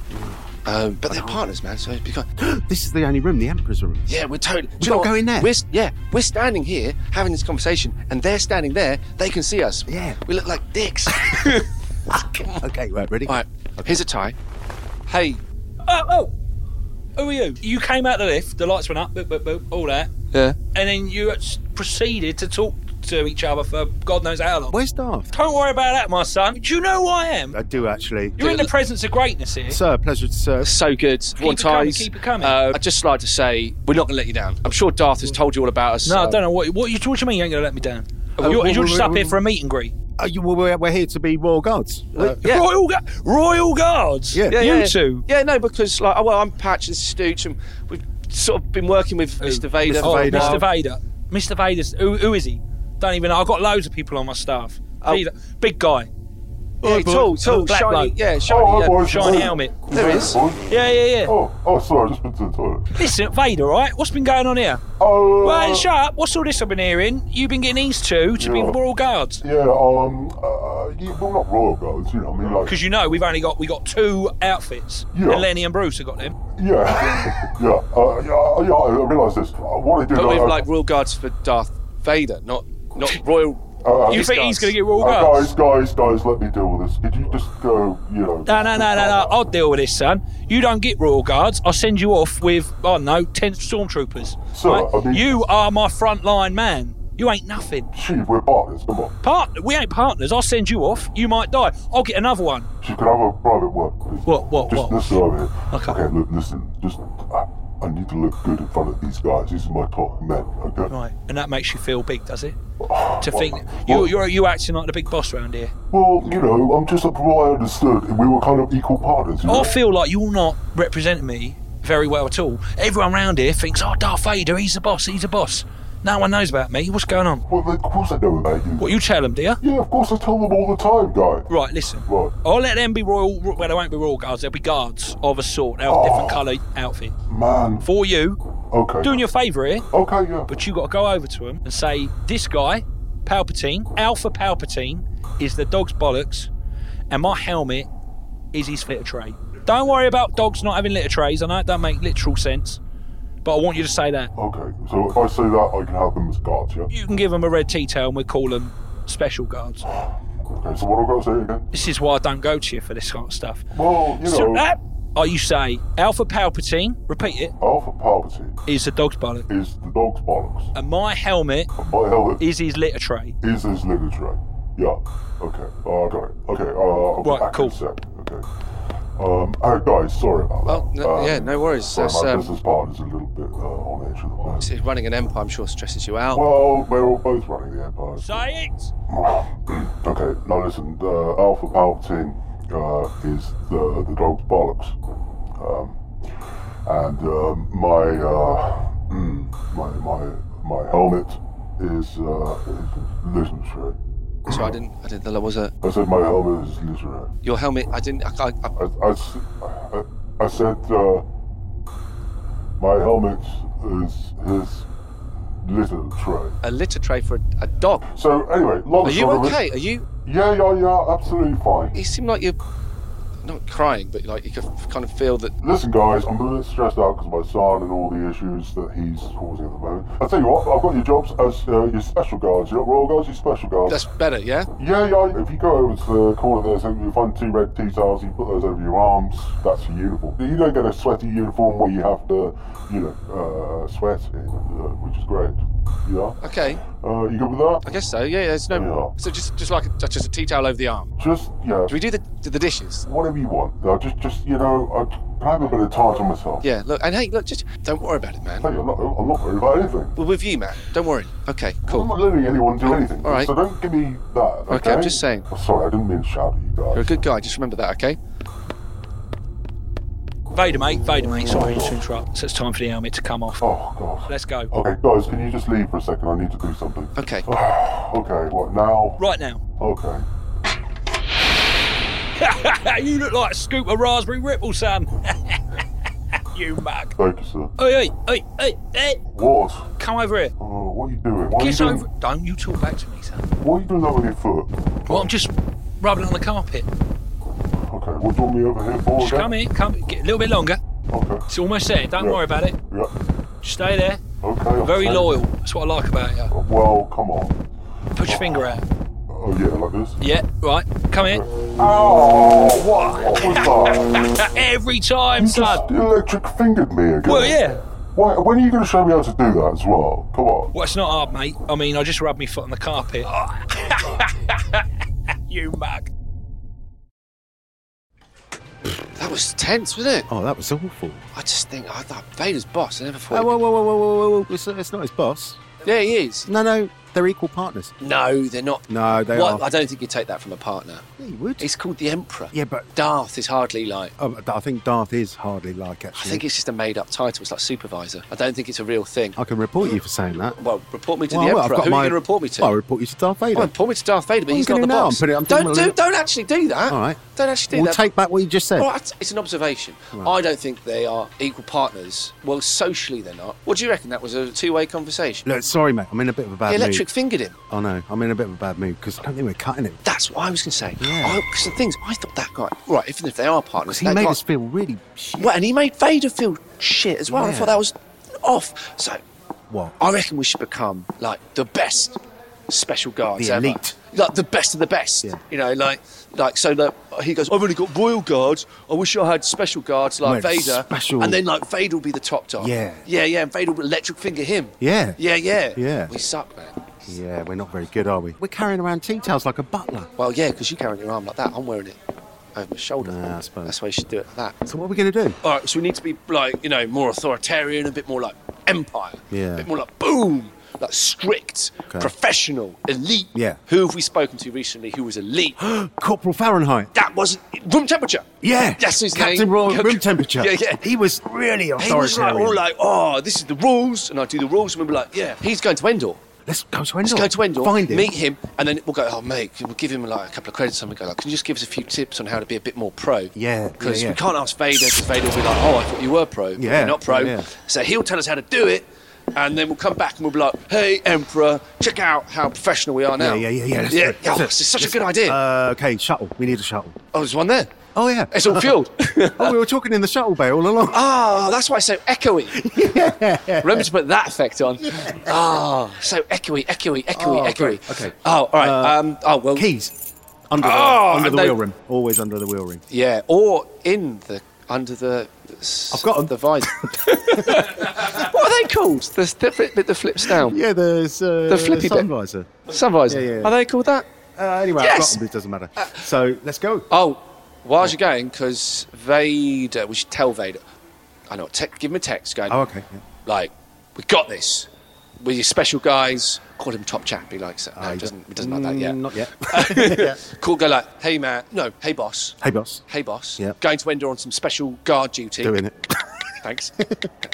Speaker 7: Um, but they're partners, man. So, it'd be kind-
Speaker 8: This is the only room, the Emperor's room.
Speaker 7: yeah, we're totally. Do you
Speaker 8: gotta
Speaker 7: know what?
Speaker 8: go in there.
Speaker 7: We're, s- yeah, we're standing here having this conversation, and they're standing there. They can see us.
Speaker 8: Yeah.
Speaker 7: we look like dicks.
Speaker 8: Okay, right, ready?
Speaker 7: All right, here's a tie. Hey,
Speaker 11: Oh, oh, who are you? You came out the lift, the lights went up, boop, boop, boop, all that,
Speaker 7: yeah.
Speaker 11: and then you s- proceeded to talk to each other for God knows how long.
Speaker 8: Where's Darth?
Speaker 11: Don't worry about that, my son. Do you know who I am?
Speaker 8: I do actually.
Speaker 11: You're in the presence of greatness here.
Speaker 8: Sir, pleasure to serve.
Speaker 7: so good. One
Speaker 11: it coming,
Speaker 7: ties.
Speaker 11: keep it coming. Mm.
Speaker 7: Uh, I'd just like to say we're not going to let you down. I'm sure Darth has told you all about us.
Speaker 11: No, I
Speaker 7: so-
Speaker 11: don't know what what you what you mean. You ain't gonna let me down.
Speaker 7: Uh,
Speaker 11: you're
Speaker 7: well,
Speaker 11: you're just
Speaker 7: well,
Speaker 11: up
Speaker 7: well,
Speaker 11: here for a meet and greet.
Speaker 8: Uh, you, well, we're, we're here to be royal guards. Uh,
Speaker 7: yeah.
Speaker 11: Royal Gu- Royal Guards.
Speaker 8: Yeah.
Speaker 7: Yeah,
Speaker 11: you
Speaker 7: yeah.
Speaker 11: two.
Speaker 7: Yeah, no, because like, oh, well, I'm Patch, this is Stooch, and we've sort of been working with Mr. Vader.
Speaker 8: Mr. Vader.
Speaker 7: for a
Speaker 11: Mr.
Speaker 7: while.
Speaker 11: Oh, Vader. Mr. Vader's who, who is he? Don't even know. I've got loads of people on my staff.
Speaker 7: Oh.
Speaker 11: Vader, big guy.
Speaker 7: Yeah, tall, tall,
Speaker 11: Oh, Black
Speaker 7: shiny.
Speaker 11: bloke.
Speaker 7: Yeah, shiny.
Speaker 9: Oh,
Speaker 7: yeah.
Speaker 9: hi, boys.
Speaker 11: Shiny
Speaker 9: Hey,
Speaker 11: helmet.
Speaker 7: There he is.
Speaker 9: boys.
Speaker 11: Yeah, yeah, yeah.
Speaker 9: Oh, oh, sorry, I just been to the toilet.
Speaker 11: Listen, Vader, right? What's been going on here?
Speaker 9: Oh, uh,
Speaker 11: Well, shut up. What's all this I've been hearing? You've been getting these two to be
Speaker 9: Yeah.
Speaker 11: Royal Guards.
Speaker 9: yeah, um, uh, you, well, not royal guards, you know, what I mean, like,
Speaker 11: Because you know we've only got we got two outfits.
Speaker 9: Yeah.
Speaker 11: And Lenny and Bruce have got them.
Speaker 9: yeah, yeah, uh, yeah, yeah, I realise this. Uh, What I do
Speaker 7: But
Speaker 9: know,
Speaker 7: we've
Speaker 9: uh,
Speaker 7: like Royal Guards for Darth Vader, not not Royal.
Speaker 9: uh,
Speaker 11: You
Speaker 7: These
Speaker 11: think
Speaker 7: guys.
Speaker 11: he's going to get Royal
Speaker 9: uh, guys,
Speaker 11: Guards?
Speaker 9: guys, guys, let me deal with this. Could you just go, you know?
Speaker 11: No, no, no, no, no. I'll deal with this, son. You don't get Royal Guards. I'll send you off with, I don't know, 10 stormtroopers.
Speaker 9: Sir, I mean-
Speaker 11: You are my frontline man. You ain't nothing.
Speaker 9: Chief, we're partners. Come on,
Speaker 11: Part- we ain't partners. I'll send you off. You might die. I'll get another one.
Speaker 9: she can I have a private word.
Speaker 11: What, what,
Speaker 9: Just
Speaker 11: what?
Speaker 9: listen over here.
Speaker 11: Okay.
Speaker 9: look, listen. Just, uh, I need to look good in front of these guys. These are my top men, okay?
Speaker 11: Right. And that makes you feel big, does it? To think you you're you acting like the big boss round here.
Speaker 9: Well, you know, I'm just, from what I understood, we were kind of equal partners. You know?
Speaker 11: I feel like you're not representing me very well at all. Everyone round here thinks, oh, Darth Vader, he's the boss, he's the boss. No one knows about me. What's going on?
Speaker 9: Well, of course I know about you.
Speaker 11: What, you tell them, do you?
Speaker 9: Yeah, of course I tell them all the time, guy.
Speaker 11: Right, listen.
Speaker 9: Right.
Speaker 11: I'll let them be royal. Well, they won't be royal guards. They'll be guards of a sort. They'll have different colour outfit.
Speaker 9: Man.
Speaker 11: For you,
Speaker 9: Okay.
Speaker 11: doing your favour here,
Speaker 9: Okay, yeah.
Speaker 11: but you got to go over to them and say, this guy, Palpatine, Alpha Palpatine, is the dog's bollocks, and my helmet is his litter tray. Don't worry about dogs not having litter trays. I know it don't make literal sense, but I want you to say that.
Speaker 9: Okay, so if I say that, I can have them as guards, yeah?
Speaker 11: You can give them a red tea tail and we call them special guards.
Speaker 9: Okay, so what do I got to say again?
Speaker 11: This is why I don't go to you for this kind of stuff.
Speaker 9: Well, you
Speaker 11: So
Speaker 9: know,
Speaker 11: that, oh, you say Alpha Palpatine, repeat it,
Speaker 9: Alpha Palpatine
Speaker 11: is the dog's bollock.
Speaker 9: is the dog's bollocks.
Speaker 11: And my helmet
Speaker 9: And my helmet
Speaker 11: is his litter tray.
Speaker 9: is his litter tray. Yeah, okay, uh, I got it. Okay, uh, I'll be
Speaker 11: Right,
Speaker 9: back in
Speaker 11: cool.
Speaker 9: a sec. Okay. Um, oh, guys, sorry about that.
Speaker 7: Oh, no-
Speaker 9: Um,
Speaker 7: yeah, no worries.
Speaker 9: Sorry,
Speaker 7: That's,
Speaker 9: my
Speaker 7: um,
Speaker 9: business partner's a little bit uh, on edge at the moment.
Speaker 7: See, Running an empire, I'm sure, stresses you out.
Speaker 9: Well, we're all both running the empire.
Speaker 11: Say it!
Speaker 9: Okay, now listen, uh, Alpha Palpatine uh, is the, the dog's bollocks. Um, and um, my, uh, mm, my my my helmet is, uh, is literary.
Speaker 7: So I didn't. I didn't. There was a
Speaker 9: I said my helmet is literary.
Speaker 7: your helmet. I didn't. I, I, I,
Speaker 9: I, I s- I- I said uh, my helmet is his literary.
Speaker 7: a litter tray for a, a dog.
Speaker 9: So anyway, long
Speaker 7: Are
Speaker 9: story.
Speaker 7: you okay? Are you?
Speaker 9: Yeah, yeah, yeah, absolutely fine.
Speaker 7: You seem like you're not crying, but like you can kind of feel that.
Speaker 9: Listen, guys, I'm a little stressed out because my son and all the issues that he's causing at the moment. I tell you what, I've got your jobs as uh, your special guards. You're not royal guards, you're special guards.
Speaker 7: That's better, yeah.
Speaker 9: yeah, yeah. If you go over to the corner there, so you find two red T-towels, you put those over your arms. That's your uniform. You don't get a sweaty uniform where you have to, you know, uh, sweat, in, uh, which is great. Yeah.
Speaker 7: Okay,
Speaker 9: Uh, you good with that?
Speaker 7: I guess so. Yeah, there's no.
Speaker 9: Yeah.
Speaker 7: So just, just like a, just a tea towel over the arm.
Speaker 9: Just yeah.
Speaker 7: Do we do the do the dishes?
Speaker 9: Whatever you want. Uh, just, just you know, I can I have a bit of time to myself.
Speaker 7: Yeah. Look, and hey, look, just don't worry about it, man.
Speaker 9: Hey, I'm not, I'm not worried about anything.
Speaker 7: We're with you, man. Don't worry. Okay,
Speaker 9: I'm
Speaker 7: cool.
Speaker 9: not letting anyone do anything.
Speaker 7: All right.
Speaker 9: So don't give me that. Okay,
Speaker 7: I'm just saying.
Speaker 9: Oh, sorry, I didn't mean to shout at you guys.
Speaker 7: You're a good guy. Just remember that, okay?
Speaker 11: Vader, mate, Vader, mate, sorry to interrupt. So it's time for the helmet to come off.
Speaker 9: Oh god.
Speaker 11: Let's go.
Speaker 9: Okay, guys, can you just leave for a second? I need to do something.
Speaker 7: Okay.
Speaker 9: Okay, what now?
Speaker 11: Right now.
Speaker 9: Okay.
Speaker 11: you look like a scoop of raspberry ripple, son. you mug.
Speaker 9: Thank you, sir.
Speaker 11: Oi, oi, oi, oi, oi.
Speaker 9: What?
Speaker 11: Come over here.
Speaker 9: Uh, what are you doing? What are you
Speaker 11: Get
Speaker 9: doing?
Speaker 11: over. Don't you talk back to me, son.
Speaker 9: What are you doing that with your foot?
Speaker 11: Well, I'm just rubbing on the carpet.
Speaker 9: Okay, what do you want me over here for?
Speaker 11: Just
Speaker 9: again?
Speaker 11: come here, come. Get a little bit longer.
Speaker 9: Okay.
Speaker 11: It's almost there. Don't
Speaker 9: Yeah.
Speaker 11: worry about it.
Speaker 9: Yeah.
Speaker 11: Just stay there.
Speaker 9: Okay. I'm
Speaker 11: Very
Speaker 9: safe.
Speaker 11: loyal. That's what I like about you.
Speaker 9: Well, come on.
Speaker 11: Put your finger out.
Speaker 9: Oh yeah, like this.
Speaker 11: Yeah, right. Come here.
Speaker 9: Oh, what? What was that?
Speaker 11: Uh, Every time,
Speaker 9: You
Speaker 11: son.
Speaker 9: just electric fingered me again.
Speaker 11: Well, yeah.
Speaker 9: Why, when are you going to show me how to do that as well? Come on.
Speaker 11: Well, it's not hard, mate. I mean, I just rubbed my foot on the carpet. you mug.
Speaker 7: That was tense, wasn't it?
Speaker 8: Oh, that was awful.
Speaker 7: I just think I thought Vader's boss. I never
Speaker 8: Oh,
Speaker 7: thought. he'd
Speaker 8: whoa, whoa, whoa, whoa, whoa, whoa, whoa. It's, it's not his boss.
Speaker 7: be- Yeah, he is.
Speaker 8: No, no, they're equal partners.
Speaker 7: No, they're not.
Speaker 8: No, they are.
Speaker 7: Well, I don't think you take that from a partner.
Speaker 8: Yeah, you would.
Speaker 7: He's called the Emperor.
Speaker 8: Yeah, but
Speaker 7: Darth is hardly like.
Speaker 8: oh, but I think Darth is hardly like
Speaker 7: I
Speaker 8: actually.
Speaker 7: think it's just a made up title. It's like supervisor. I don't think it's a real thing.
Speaker 8: I can report you for saying that.
Speaker 7: Well, report me to
Speaker 8: Well,
Speaker 7: the
Speaker 8: I will.
Speaker 7: Emperor. Who are you going to report me to?
Speaker 8: Well, I'll report you to Darth Vader.
Speaker 7: Well, report me to Darth Vader, but
Speaker 8: Oh, I'm
Speaker 7: he's not
Speaker 8: gonna
Speaker 7: the
Speaker 8: now, I'm
Speaker 7: boss.
Speaker 8: putting it- I'm doing
Speaker 7: don't
Speaker 8: my
Speaker 7: do,
Speaker 8: little-
Speaker 7: don't actually do that.
Speaker 8: All right.
Speaker 7: Don't actually do
Speaker 8: we'll
Speaker 7: that.
Speaker 8: take back what you just said.
Speaker 7: All right, it's an observation. I don't think they are equal partners. Well, socially they're not. What do you reckon? That was a two-way conversation.
Speaker 8: Look, sorry, mate. I'm in a bit of a bad
Speaker 7: He electric
Speaker 8: mood.
Speaker 7: fingered him.
Speaker 8: Oh no, I'm in a bit of a bad mood because I don't think we're cutting it.
Speaker 7: That's what I was going to say.
Speaker 8: Yeah.
Speaker 7: Because the things I thought that guy. Right, even if they are
Speaker 8: Because
Speaker 7: partners,
Speaker 8: he
Speaker 7: that
Speaker 8: made
Speaker 7: guy-
Speaker 8: us feel really shit.
Speaker 7: Well, and he made Vader feel shit as well. I
Speaker 8: Yeah.
Speaker 7: thought that was off. So
Speaker 8: What?
Speaker 7: I reckon we should become like the best special guards,
Speaker 8: The
Speaker 7: ever.
Speaker 8: elite.
Speaker 7: like the best of the best.
Speaker 8: Yeah.
Speaker 7: You know, like like so. That he goes, I've only got royal guards. I wish I had special guards like
Speaker 8: Well,
Speaker 7: Vader.
Speaker 8: special-
Speaker 7: And then like Vader will be the top dog.
Speaker 8: Yeah.
Speaker 7: yeah, yeah. And Vader will electric finger him.
Speaker 8: Yeah.
Speaker 7: yeah, yeah.
Speaker 8: Yeah.
Speaker 7: We suck, man.
Speaker 8: Yeah, we're not very good, are we? We're carrying around tea towels like a butler.
Speaker 7: Well, yeah, because you carry it in your arm like that. I'm wearing it. over my shoulder.
Speaker 8: Nah, I suppose.
Speaker 7: That's why you should do it like that.
Speaker 8: So what are we going to do?
Speaker 7: All right, so we need to be like you know more authoritarian, a bit more like empire,
Speaker 8: Yeah.
Speaker 7: a bit more like boom, like strict,
Speaker 8: Okay.
Speaker 7: professional, elite.
Speaker 8: Yeah.
Speaker 7: Who have we spoken to recently? Who was elite?
Speaker 8: Corporal Fahrenheit.
Speaker 7: that was room temperature.
Speaker 8: Yeah.
Speaker 7: That's his
Speaker 8: Captain
Speaker 7: name.
Speaker 8: Royal room temperature.
Speaker 7: Yeah, yeah.
Speaker 8: He was really
Speaker 7: He was like,
Speaker 8: authoritarian.
Speaker 7: all like, oh, this is the rules, and I do the rules, and we'll be like, yeah, he's going to Endor.
Speaker 8: Let's go to Endor.
Speaker 7: Let's go to Endor,
Speaker 8: Find him.
Speaker 7: meet him, and then we'll go. Oh, mate, we'll give him like a couple of credits, and we go. Like, Can you just give us a few tips on how to be a bit more pro?
Speaker 8: Yeah,
Speaker 7: because
Speaker 8: yeah, yeah.
Speaker 7: we can't ask Vader because Vader will be like, oh, I thought you were pro. but
Speaker 8: Yeah,
Speaker 7: you're not pro.
Speaker 8: yeah.
Speaker 7: So he'll tell us how to do it, and then we'll come back and we'll be like, hey, Emperor, check out how professional we are now.
Speaker 8: Yeah, yeah, yeah, yeah. let's do it.
Speaker 7: yeah. Oh,
Speaker 8: Let's do it.
Speaker 7: this is such a
Speaker 8: Let's-
Speaker 7: good idea.
Speaker 8: Uh, okay, shuttle. We need a shuttle.
Speaker 7: oh, there's one there.
Speaker 8: Oh yeah,
Speaker 7: It's all fueled.
Speaker 8: oh, we were talking in the shuttle bay all along.
Speaker 7: Ah, that's why it's so echoey. Remember to put that effect on. Ah, so echoey, echoey, echoey,
Speaker 8: Oh,
Speaker 7: echoey.
Speaker 8: great, okay.
Speaker 7: Oh, all right.
Speaker 8: Uh,
Speaker 7: um, oh well.
Speaker 8: Keys under the,
Speaker 7: Oh,
Speaker 8: under the
Speaker 7: no.
Speaker 8: wheel rim. Always under the wheel rim.
Speaker 7: Yeah, or in the under the.
Speaker 8: I've got 'em.
Speaker 7: the visor. what are they called? The s- the flip bit that flips down.
Speaker 8: Yeah, there's uh,
Speaker 7: The flippy
Speaker 8: sun
Speaker 7: bit.
Speaker 8: visor.
Speaker 7: Sun visor.
Speaker 8: Yeah, yeah.
Speaker 7: Are they called that?
Speaker 8: Uh, anyway, I've got
Speaker 7: Yes!
Speaker 8: 'em, but it doesn't matter. So let's go.
Speaker 7: Oh, why you going? Because Vader. We should tell Vader. I know. Te- give him a text. Going.
Speaker 8: Oh, okay. yeah.
Speaker 7: like, we got this. We're your special guys. Call him top chap. He likes it. No, he doesn't. He doesn't like that yet.
Speaker 8: Mm, Not yet.
Speaker 7: Call go like, hey man, no, hey boss,
Speaker 8: hey, boss.
Speaker 7: hey boss.
Speaker 8: Yep.
Speaker 7: Going to Endor on some special guard duty.
Speaker 8: Doing it.
Speaker 7: Thanks.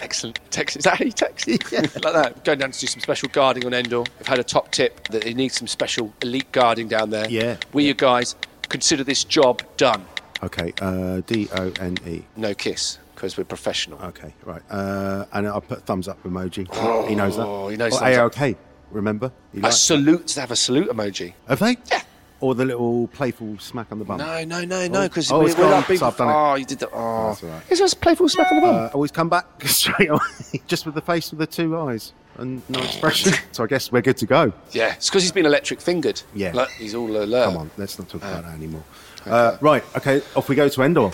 Speaker 7: Excellent. Text. Is that how you text? like that. Going down to do some special guarding on Endor. I've had a top tip that they need some special elite guarding down there.
Speaker 8: Yeah.
Speaker 7: We, you guys, consider this job done.
Speaker 8: Okay. Uh, D O N E.
Speaker 7: No kiss, because we're professional.
Speaker 8: Okay. Right. Uh, and I'll put thumbs up emoji. he knows that.
Speaker 7: Oh, he knows
Speaker 8: Or
Speaker 7: thumbs up.
Speaker 8: ALK. Remember? He
Speaker 7: a
Speaker 8: likes-
Speaker 7: salute. They have a salute emoji.
Speaker 8: Have they?
Speaker 7: Yeah.
Speaker 8: Or the little playful smack on the bum.
Speaker 7: No, no, no, no, because
Speaker 8: Um, Oh,
Speaker 7: we're,
Speaker 8: it's
Speaker 7: we're
Speaker 8: gone.
Speaker 7: not big.
Speaker 8: So I've done it.
Speaker 7: oh, you did that. Oh,
Speaker 8: That's all right.
Speaker 7: it's just a playful smack on the bum.
Speaker 8: Uh, always come back straight away, just with the face with the two eyes and no expression. so I guess we're good to go.
Speaker 7: yeah, it's because he's been electric fingered.
Speaker 8: Yeah.
Speaker 7: Like, he's all alert.
Speaker 8: Come on, let's not talk about that anymore. Uh, right, okay, off we go to Endor.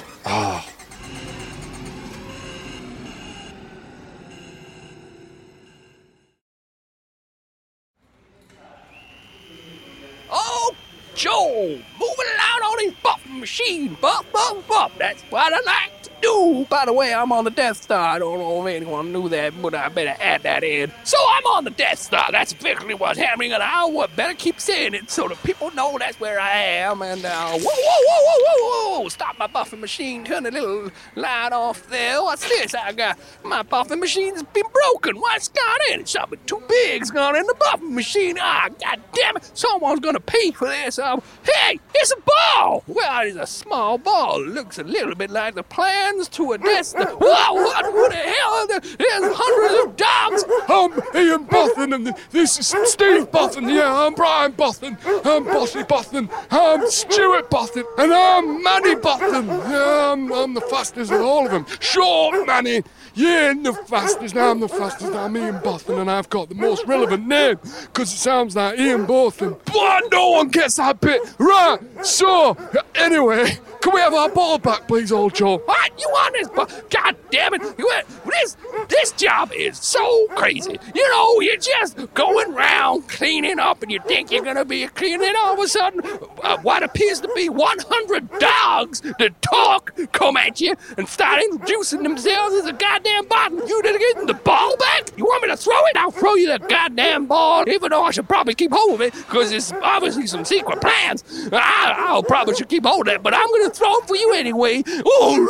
Speaker 2: Oh, Joel, moving around on his buffing machine. Buff, buff, buff. That's what I like to do. By the way, I'm on the Death Star. I don't know if anyone knew that, but I better add that in. So I'm on the Death Star. That's basically what's happening, and I would better keep saying it so the people know that's where I am. And uh, whoa, whoa, whoa, whoa, whoa, whoa. Stop my buffing machine. Turn the little light off there. What's this? I got my buffing machine's been broken. What's gone in it? Something too big's gone in the buffing machine. Ah, god damn it. Someone's gonna pay for this. Um, hey, it's a ball. Well, it's a small ball. Looks a little bit like the plans to a nest. Whoa, what, what the hell? are there- There's hundreds of dogs. Um, Ian Bothan, and this is Steve Bothan. Yeah, I'm Brian Bothan. I'm Bossy Bothan. I'm Stuart Bothan. And I'm Manny Bothan. Yeah, I'm, I'm the fastest of all of them. Short Manny. Yeah, and the fastest. I'm the fastest. I'm Ian Bothan, and I've got the most relevant name because it sounds like Ian Bothan. But no one gets that bit. Right, so, anyway. Can we have our ball back, please, old Joe? What? You want this ball? God damn it. You want- This, this job is so crazy. You know, you're just going round cleaning up and you think you're going to be cleaning. Then all of a sudden, uh, what appears to be 100 dogs that talk come at you and start introducing themselves as a goddamn bottom. You didn't get the ball back? You want me to throw it? I'll throw you the goddamn ball, even though I should probably keep hold of it because it's obviously some secret plans. I, I'll probably should keep hold of it, but I'm going to throw it for you anyway.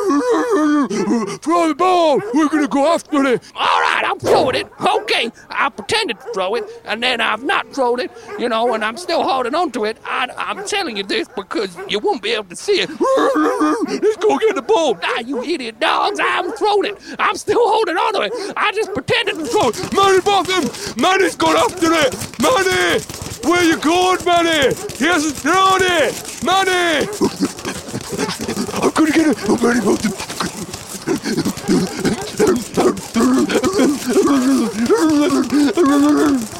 Speaker 2: Oh, throw the ball. We're going to go after it. All right, I'm throwing it. Okay, I pretended to throw it, and then I've not thrown it, you know, and I'm still holding on to it. I, I'm telling you this because you won't be able to see it. Let's go get the ball. Ah, you idiot dogs. I'm throwing it. I'm still holding on to it. I just pretended to throw it. Manny Buffin! Manny's gone after it! Manny! Where you going, Manny? He hasn't thrown it! Manny! I'm gonna get it! Oh, Manny Buffin! I'm Manny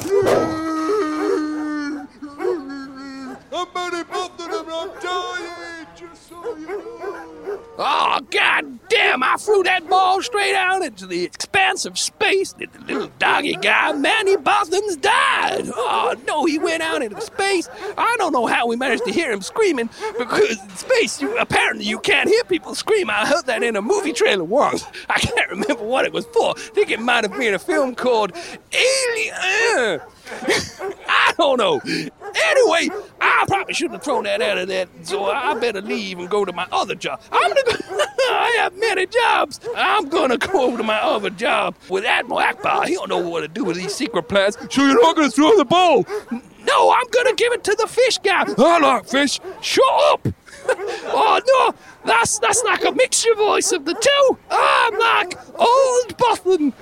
Speaker 2: Buffin and I'm dying! Just so you know! Oh, god damn, I threw that ball straight out into the expanse of space that the little doggy guy, Manny Bothans, died. Oh, no, he went out into space. I don't know how we managed to hear him screaming because in space, you, apparently, you can't hear people scream. I heard that in a movie trailer once. I can't remember what it was for. I think it might have been a film called Alien. I don't know. Anyway, I probably shouldn't have thrown that out of that, so I better leave and go to my other job. I'm gonna go. I have many jobs. I'm gonna go over to my other job with Admiral Akbar. He don't know what to do with these secret plans. So you're not gonna throw the ball? No, I'm gonna give it to the fish guy. I like fish. Shut up. oh no, that's that's like a mixture voice of the two. I'm like old Botham.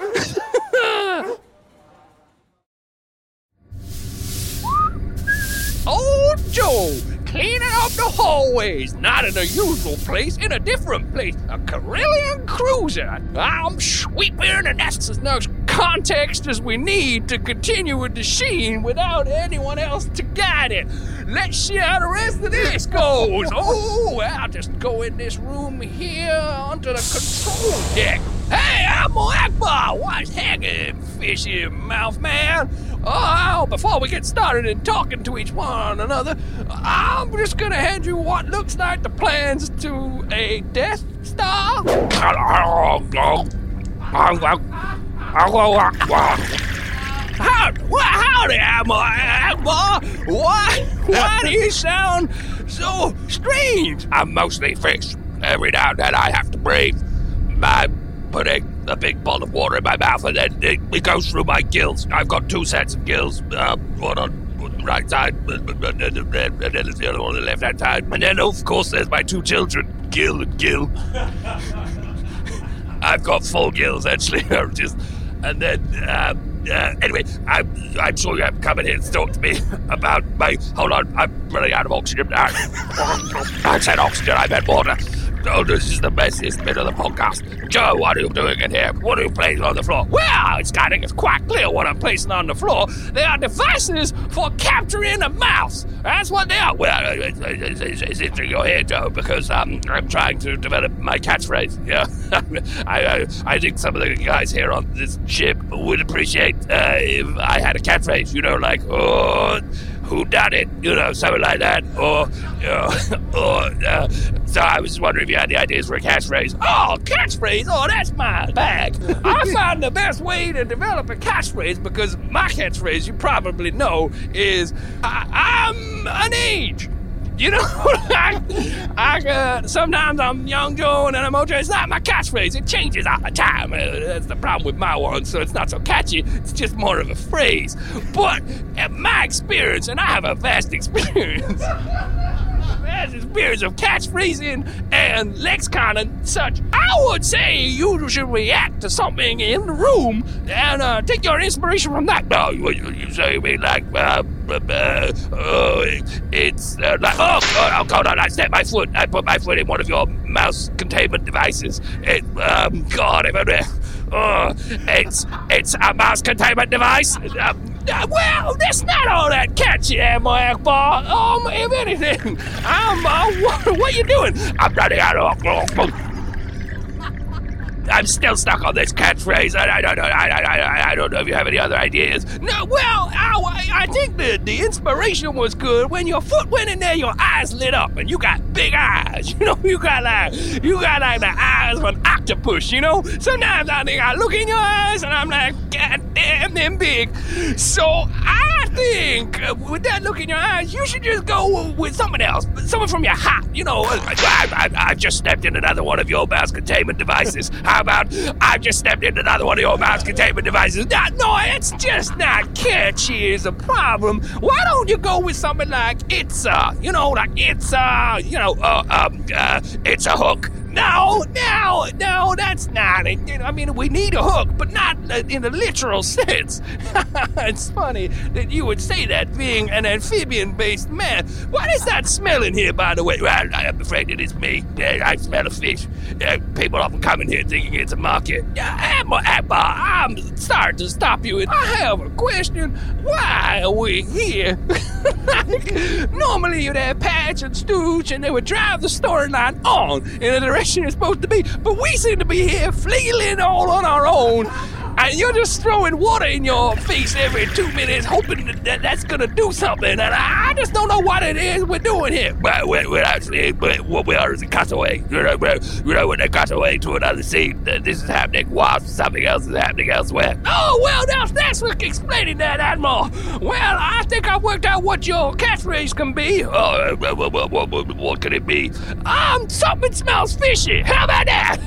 Speaker 2: Old Joe cleaning up the hallways, not in the usual place, in a different place, a Carillion cruiser. I'm sweeping, and that's as much context as we need to continue with the scene without anyone else to guide it. Let's see how the rest of this goes. Oh, I'll just go in this room here onto the control deck. Hey, I'm Akbar. What's hanging, fishy mouth man? Oh, before we get started in talking to each one another, I'm just gonna hand you what looks like the plans to a Death Star. How, what, howdy, Admiral. Admiral. Why, why do you sound so strange? I'm mostly fish. Every now and then I have to breathe. I put a, a big bowl of water in my mouth and then it, it goes through my gills. I've got two sets of gills, uh, one on the right side and then there's the other one on the left hand side. And then, of course, there's my two children, Gil and Gil. I've got full gills, actually. I'm just, and then, uh, uh, anyway, I'm, I'm sure you have come in here and talked to me about my. Hold on, I'm running out of oxygen. I, I said oxygen, I meant water. Oh, this is the messiest bit of the podcast. Joe, what are you doing in here? What are you placing on the floor? Well, it's kind of it's quite clear what I'm placing on the floor. They are devices for capturing a mouse. That's what they are. Well, it's, it's, it's, it's interesting you're here, Joe, because um, I'm trying to develop my catchphrase. Yeah, I, I, I think some of the guys here on this ship would appreciate uh, if I had a catchphrase. You know, like oh, who done it? You know, something like that. Or, uh, or uh, so I was wondering if you had any ideas for a catchphrase. Oh, catchphrase! Oh, that's my bag. I found the best way to develop a catchphrase because my catchphrase, you probably know, is I- I'm an age. You know, I, I uh, sometimes I'm young Joe and then I'm old Joe. It's not my catchphrase. It changes all the time. Uh, That's the problem with my one, so it's not so catchy. It's just more of a phrase. But in my experience, and I have a vast experience, vast experience of catchphrasing and lexicon and such, I would say you should react to something in the room and uh, take your inspiration from that. No, you, you you say me like, uh, uh, uh, oh, it, it's uh, like, oh, God, oh, God, I stepped my foot. I put my foot in one of your mouse containment devices. It, um, God, if I, oh, it's, it's a mouse containment device. Um, uh, well, that's not all that catchy, Admiral Akbar. Um, if anything, I'm, uh, what, what are you doing? I'm running out of, uh, I'm still stuck on this catchphrase. I, I, don't know, I, I, I, I don't know if you have any other ideas. No, well, I, I think the, the inspiration was good. When your foot went in there, your eyes lit up, and you got big eyes. You know, you got like you got like the eyes of an octopus. You know, sometimes I think I look in your eyes, and I'm like, God damn, them big. So I think uh, with that look in your eyes, you should just go with someone else, someone from your hot. You know, I, I, I just stepped in another one of your mouse containment devices. How about I've just stepped in another one of your mouse containment devices? No, no, it's just not catchy is a problem. Why don't you go with something like it's uh, you know, like it's uh, you know, uh, um, uh, it's a hook. No, no, no, that's not it. You know, I mean, we need a hook, but not uh, in the literal sense. it's funny that you would say that being an amphibian based man. What is that smell in here, by the way? Well, I'm afraid it is me. Yeah, I smell a fish. Yeah, people often come in here thinking it's a market. Yeah, Admiral Akbar, I'm sorry to stop you. I have a question. Why are we here? Normally, you'd have Patch and Stooge, and they would drive the storyline on in a direction direction it's supposed to be. But we seem to be here flailing all on our own, and you're just throwing water in your face every two minutes, hoping that- that that's gonna do something. And I I just don't know what it is we're doing here. But we're, we're actually but what we are is a cutaway. You know, we're, you know, when they cut away to another scene, that this is happening whilst something else is happening elsewhere.
Speaker 11: Oh, well, now thanks for explaining that, Admiral. Well, I think I worked out what your catchphrase can be.
Speaker 2: Oh, uh, well, well, well, well, well, what could it be?
Speaker 11: Um, something smells fishy. How about that?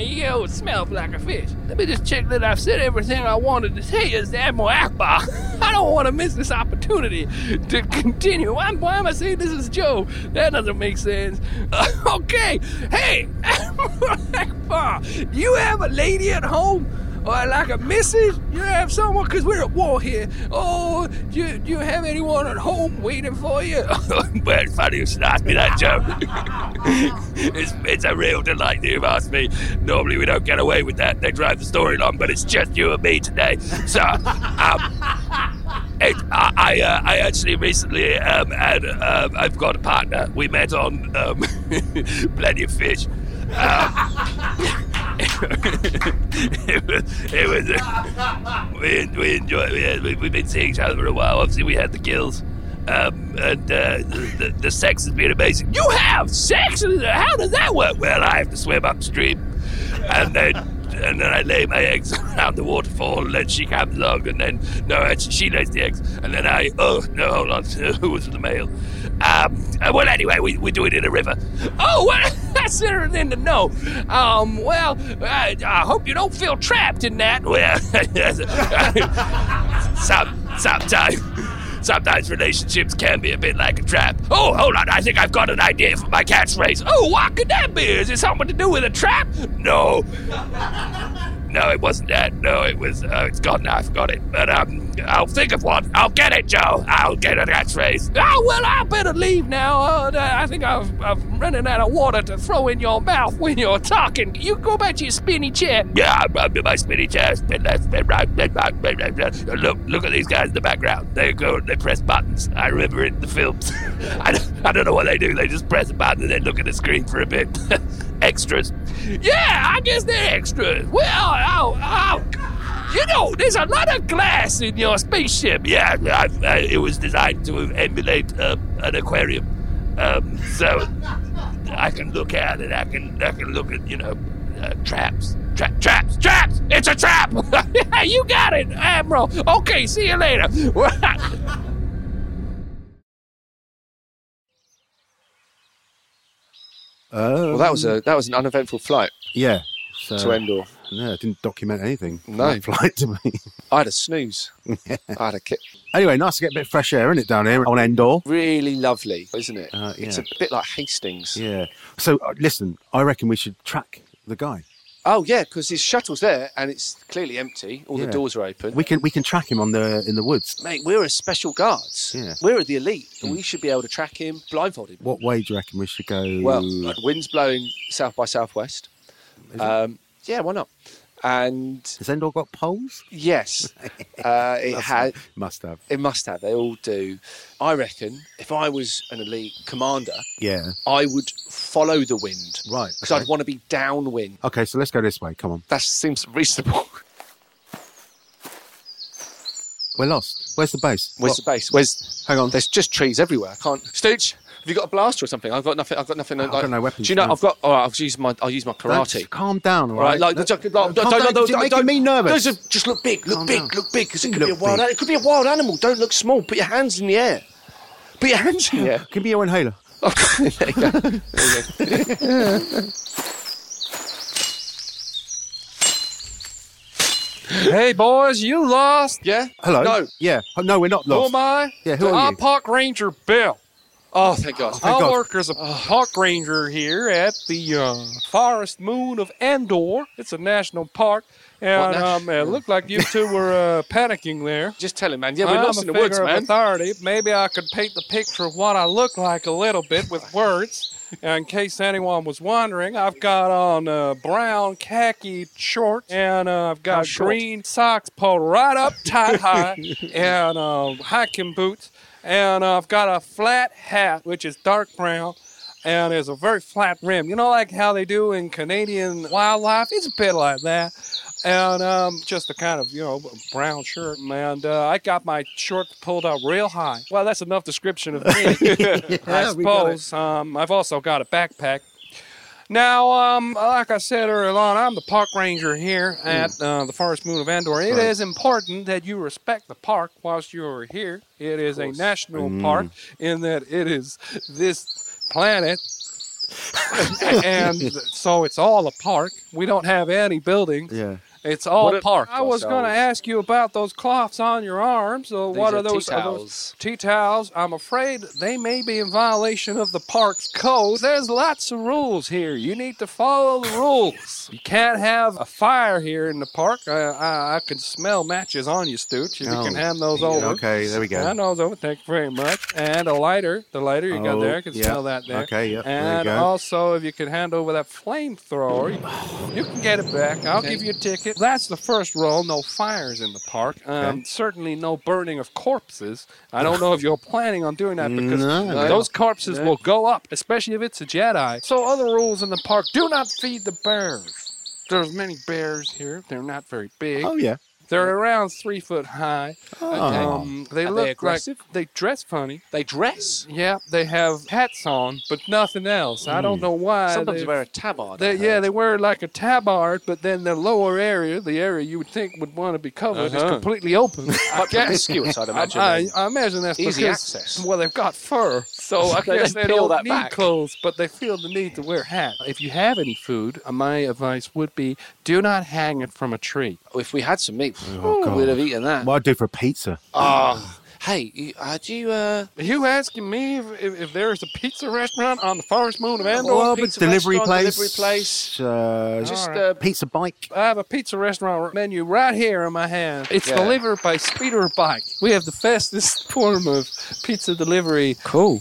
Speaker 11: you smell like a fish. Let me just check that I've said everything I wanted to say as the Admiral Akbar. I don't want to miss this opportunity to continue. Why, why am I saying this is Joe? That doesn't make sense. okay, hey, Admiral Akbar, you have a lady at home? Or like a message? You have someone? Because we're at war here. Oh, do you, do you have anyone at home waiting for you?
Speaker 2: well, it's funny you should ask me that, Joe. it's, it's a real delight that you've asked me. Normally we don't get away with that. They drive the story along, but it's just you and me today. So, um, it, I, I, uh, I actually recently um, had, um, I've got a partner. We met on um, Plenty of Fish. Um, it was, it was uh, we, we enjoy we, uh, we, we've been seeing each other for a while. Obviously, we had the gills. Um, and uh, the, the, the sex has been amazing. You have sex? How does that work? Well, I have to swim upstream, and then and then I lay my eggs around the waterfall, and then she comes along, and then no, actually she lays the eggs, and then I oh no, hold on, who was the male? Um, uh, well, anyway, we, we do it in a river.
Speaker 11: Oh, well, that's interesting to know. Um, well,
Speaker 2: uh,
Speaker 11: I, I hope you don't feel trapped in that.
Speaker 2: Well, some, sometimes, sometimes relationships can be a bit like a trap. Oh, hold on, I think I've got an idea for my catchphrase.
Speaker 11: Oh, what could that be? Is it something to do with a trap?
Speaker 2: No, no, it wasn't that. No, it was. Oh, it's gone now. I forgot it. But um, I'll think of one. I'll get it, Joe. I'll get a catchphrase.
Speaker 11: Oh, well, I better leave now. Uh, I think I've, I'm running out of water to throw in your mouth when you're talking. You go back to your spinny chair.
Speaker 2: Yeah, I'm, I'm in my spinny chairs. Spin left, spin right, spin back, spin left, right. Look, look at these guys in the background. They go and they press buttons. I remember it in the films. I, don't, I don't know what they do. They just press a button and then look at the screen for a bit. extras.
Speaker 11: Yeah, I guess they're extras. Well,
Speaker 2: oh,
Speaker 11: ow, ow. You know, there's a lot of glass in your spaceship.
Speaker 2: Yeah, I, I, it was designed to emulate um, an aquarium, um, so I can look at it. I can I can look at you know uh, traps, Tra- traps, traps. It's a trap.
Speaker 11: Yeah, you got it, Admiral. Okay, see you later.
Speaker 7: well, that was a that was an uneventful flight.
Speaker 8: Uh, Yeah. So,
Speaker 2: Uh,
Speaker 7: To Endor.
Speaker 8: No, I didn't document anything. from
Speaker 7: No.
Speaker 8: that flight to me.
Speaker 7: I had a snooze. I had a kick.
Speaker 8: Anyway, nice to get a bit of fresh air, isn't it, down here on Endor?
Speaker 7: Really lovely, isn't it?
Speaker 8: Uh,
Speaker 7: It's
Speaker 8: yeah.
Speaker 7: a bit like Hastings.
Speaker 8: Yeah. So uh, listen, I reckon we should track the guy.
Speaker 7: Oh yeah, because his shuttle's there and it's clearly empty. All
Speaker 8: Yeah.
Speaker 7: the doors are open.
Speaker 8: We can we can track him on the in the woods.
Speaker 7: Mate, we're a special guards.
Speaker 8: Yeah. Mm.
Speaker 7: We're the elite. We should be able to track him, blindfold him.
Speaker 8: What way do you reckon we should go?
Speaker 7: Well, like, wind's blowing south by southwest. Um, yeah, why not? And
Speaker 8: has Endor got poles?
Speaker 7: yes, uh, it had.
Speaker 8: Must have.
Speaker 7: It must have. They all do. I reckon if I was an elite commander,
Speaker 8: Yeah.
Speaker 7: I would follow the wind.
Speaker 8: Right,
Speaker 7: Because I'd want to be downwind.
Speaker 8: Okay, so let's go this way. Come on.
Speaker 7: That seems reasonable.
Speaker 8: We're lost. Where's the base?
Speaker 7: Where's
Speaker 8: What?
Speaker 7: the base? Where's? Hang on. There's just trees everywhere. I can't. Stooge, have you got a blaster or something? I've got nothing. I've got nothing. I've
Speaker 8: got no weapons,
Speaker 7: Do you know?
Speaker 8: no.
Speaker 7: I've got. All right. I've used my. I'll use my
Speaker 8: Don't-
Speaker 7: karate.
Speaker 8: Calm down, all
Speaker 7: All right,
Speaker 8: right?
Speaker 7: like,
Speaker 8: Look-
Speaker 7: like, like, don't,
Speaker 8: calm
Speaker 7: don't,
Speaker 8: down,
Speaker 7: don't, don't,
Speaker 8: you're making me nervous.
Speaker 7: No, just, just look big, look
Speaker 8: Calm
Speaker 7: big,
Speaker 8: down.
Speaker 7: look big, because
Speaker 8: You
Speaker 7: it could be a
Speaker 8: look
Speaker 7: wild.
Speaker 8: big.
Speaker 7: an- It could be a wild animal. Don't look small. Put your hands in the air. Put your hands in the air.
Speaker 8: Give me your inhaler.
Speaker 7: Okay, there you go. There you go.
Speaker 12: Hey, boys, you lost.
Speaker 7: yeah.
Speaker 8: Hello.
Speaker 7: No.
Speaker 8: Yeah. Oh, No, we're not
Speaker 12: Who
Speaker 8: lost.
Speaker 12: am I?
Speaker 8: Yeah, who are
Speaker 2: Oh,
Speaker 12: I'm
Speaker 8: you?
Speaker 12: Park Ranger Bill.
Speaker 7: Oh, thank God.
Speaker 8: Thank
Speaker 12: I
Speaker 8: God. Ah.
Speaker 12: work as a park ranger here at the uh, Forest Moon of Andor. It's a national park, and
Speaker 7: nat-
Speaker 12: um, it looked like you two were uh, panicking there.
Speaker 7: Just tell him, man. Yeah, we're
Speaker 12: I'm
Speaker 7: lost
Speaker 12: a
Speaker 7: in the woods,
Speaker 12: figure of
Speaker 7: man.
Speaker 12: authority. Maybe I could paint the picture of what I look like a little bit with words. In case anyone was wondering, I've got on uh, brown khaki shorts and uh, I've got green socks pulled right up tight high and uh, hiking boots. And uh, I've got a flat hat, which is dark brown.
Speaker 2: and it's a very flat rim. You know, like how they do in Canadian wildlife? It's a bit like that. And um, just a kind of, you know, brown shirt. And uh, I got my short pulled up real high. Well, that's enough description of me, I
Speaker 13: Yeah, we got it.
Speaker 2: suppose. Um, I've also got a backpack. Now, um, like I said earlier on, I'm the park ranger here at uh, the Forest Moon of Endor. It is
Speaker 13: Right.
Speaker 2: important that you respect the park whilst you are here. It is a national
Speaker 13: Mm.
Speaker 2: park in that it is this planet. and so it's all a park. We don't have any buildings.
Speaker 8: Yeah.
Speaker 2: It's all
Speaker 13: What a-
Speaker 2: park. I was
Speaker 13: Ourselves.
Speaker 2: going to ask you about those cloths on your arms. Uh,
Speaker 13: These
Speaker 2: what
Speaker 13: are
Speaker 2: are those?
Speaker 13: tea
Speaker 2: are those tea towels? I'm afraid they may be in violation of the park's code. There's lots of rules here. You need to follow the rules. You can't have a fire here in the park. I, I, I can smell matches on you, Stooch. If you
Speaker 8: Oh,
Speaker 2: can hand those
Speaker 8: yeah,
Speaker 2: over.
Speaker 8: okay, there we go.
Speaker 2: Hand those over. Thank you very much. And a lighter. The lighter you got
Speaker 8: Oh,
Speaker 2: there. I can
Speaker 8: yeah.
Speaker 2: smell that there.
Speaker 8: Okay, yep, there you
Speaker 2: And
Speaker 8: go.
Speaker 2: also, if you could hand over that flamethrower, you- you can get it back. I'll
Speaker 13: Okay.
Speaker 2: give you a ticket. That's the first rule. No fires in the park. Um,
Speaker 13: Okay.
Speaker 2: Certainly no burning of corpses. I don't know if you're planning on doing that because
Speaker 13: No.
Speaker 2: those corpses
Speaker 13: No.
Speaker 2: will go up, especially if it's a Jedi. So other rules in the park: do not feed the bears. There's many bears here. They're not very big.
Speaker 13: Oh, yeah.
Speaker 2: They're around three foot high.
Speaker 13: Oh.
Speaker 2: Um, they
Speaker 13: Are they
Speaker 2: look
Speaker 13: aggressive?
Speaker 2: like they dress funny. They dress? Yeah, they have hats on, but nothing else. I don't
Speaker 8: Hmm.
Speaker 13: Mm.
Speaker 2: know why.
Speaker 13: Sometimes they wear a
Speaker 2: tabard. They, yeah, they wear like a tabard, but then the lower area, the area you would think would want to be covered, is
Speaker 13: Uh-huh.
Speaker 2: completely open. I
Speaker 13: promiscuous, I'd
Speaker 2: I-
Speaker 13: imagine,
Speaker 2: I,
Speaker 13: then.
Speaker 2: I imagine that's
Speaker 13: Easy
Speaker 2: because,
Speaker 13: access.
Speaker 2: Well, they've got fur, so I
Speaker 13: They
Speaker 2: guess
Speaker 13: don't
Speaker 2: they
Speaker 13: peel
Speaker 2: don't
Speaker 13: that
Speaker 2: need
Speaker 13: back.
Speaker 2: clothes, but they feel the need to wear hats. If you have any food, uh, my advice would be do not hang it from a tree. If we had some meat,
Speaker 8: we'd have
Speaker 2: eaten that.
Speaker 8: What I do for a pizza?
Speaker 2: Ah, hey, you, uh, do you? Uh... Are you asking me if, if, if there is a pizza restaurant on the Forest Moon of Andor?
Speaker 8: Well, but
Speaker 2: pizza
Speaker 8: delivery
Speaker 2: restaurant,
Speaker 8: place,
Speaker 2: Delivery place.
Speaker 8: Uh,
Speaker 2: Just,
Speaker 8: Just
Speaker 2: uh,
Speaker 8: pizza bike.
Speaker 2: I have a pizza restaurant menu right here in my hand. It's
Speaker 8: Yeah.
Speaker 2: delivered by speeder bike. We have the fastest form of pizza delivery. Cool.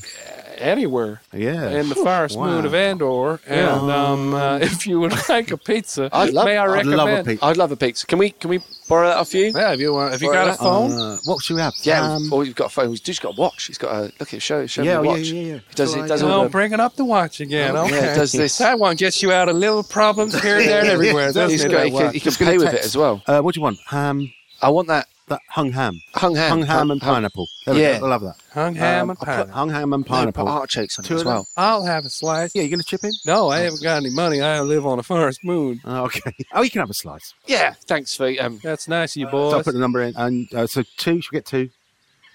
Speaker 2: Anywhere.
Speaker 8: Yeah.
Speaker 2: In the Forest Moon of Andor, and um, uh, if you would like a pizza, may I recommend?
Speaker 7: I'd love a pizza. Can we can we borrow that off you?
Speaker 2: Yeah, if you want. Have you got a phone? Uh,
Speaker 8: what should we have?
Speaker 7: Yeah, we've, oh, we've got a phone. We've just got a watch. He's got a look. At, show show
Speaker 2: Yeah,
Speaker 7: me the
Speaker 2: oh,
Speaker 7: watch.
Speaker 2: yeah, yeah, yeah.
Speaker 7: It does it does
Speaker 2: oh,
Speaker 7: all the
Speaker 2: bringing up the watch again.
Speaker 7: Oh,
Speaker 2: Okay.
Speaker 7: yeah, it does this.
Speaker 2: That one gets you out of little problems here, there, and everywhere. doesn't it, that watch?
Speaker 8: well. Uh, what do you want? Ham.
Speaker 7: I want that.
Speaker 8: That hung ham.
Speaker 7: Hung ham. uh,
Speaker 8: Hung ham and
Speaker 7: Hung-
Speaker 8: pineapple. There we
Speaker 7: Yeah.
Speaker 8: go. I love that.
Speaker 2: Hung
Speaker 8: Um,
Speaker 2: ham and
Speaker 8: I'll put
Speaker 2: pineapple.
Speaker 8: Hung ham and
Speaker 2: No, put
Speaker 8: pineapple.
Speaker 7: artichokes on
Speaker 8: Two
Speaker 7: it as
Speaker 8: of them.
Speaker 7: well.
Speaker 2: I'll have a slice.
Speaker 8: Yeah, you gonna chip in?
Speaker 2: No, I haven't got any money. I live on a forest moon.
Speaker 8: okay. Oh, you can have a slice.
Speaker 7: Yeah, thanks for um.
Speaker 2: That's nice, of you
Speaker 8: So I
Speaker 2: boys.
Speaker 8: put the number in, and uh, so two. Should we get two?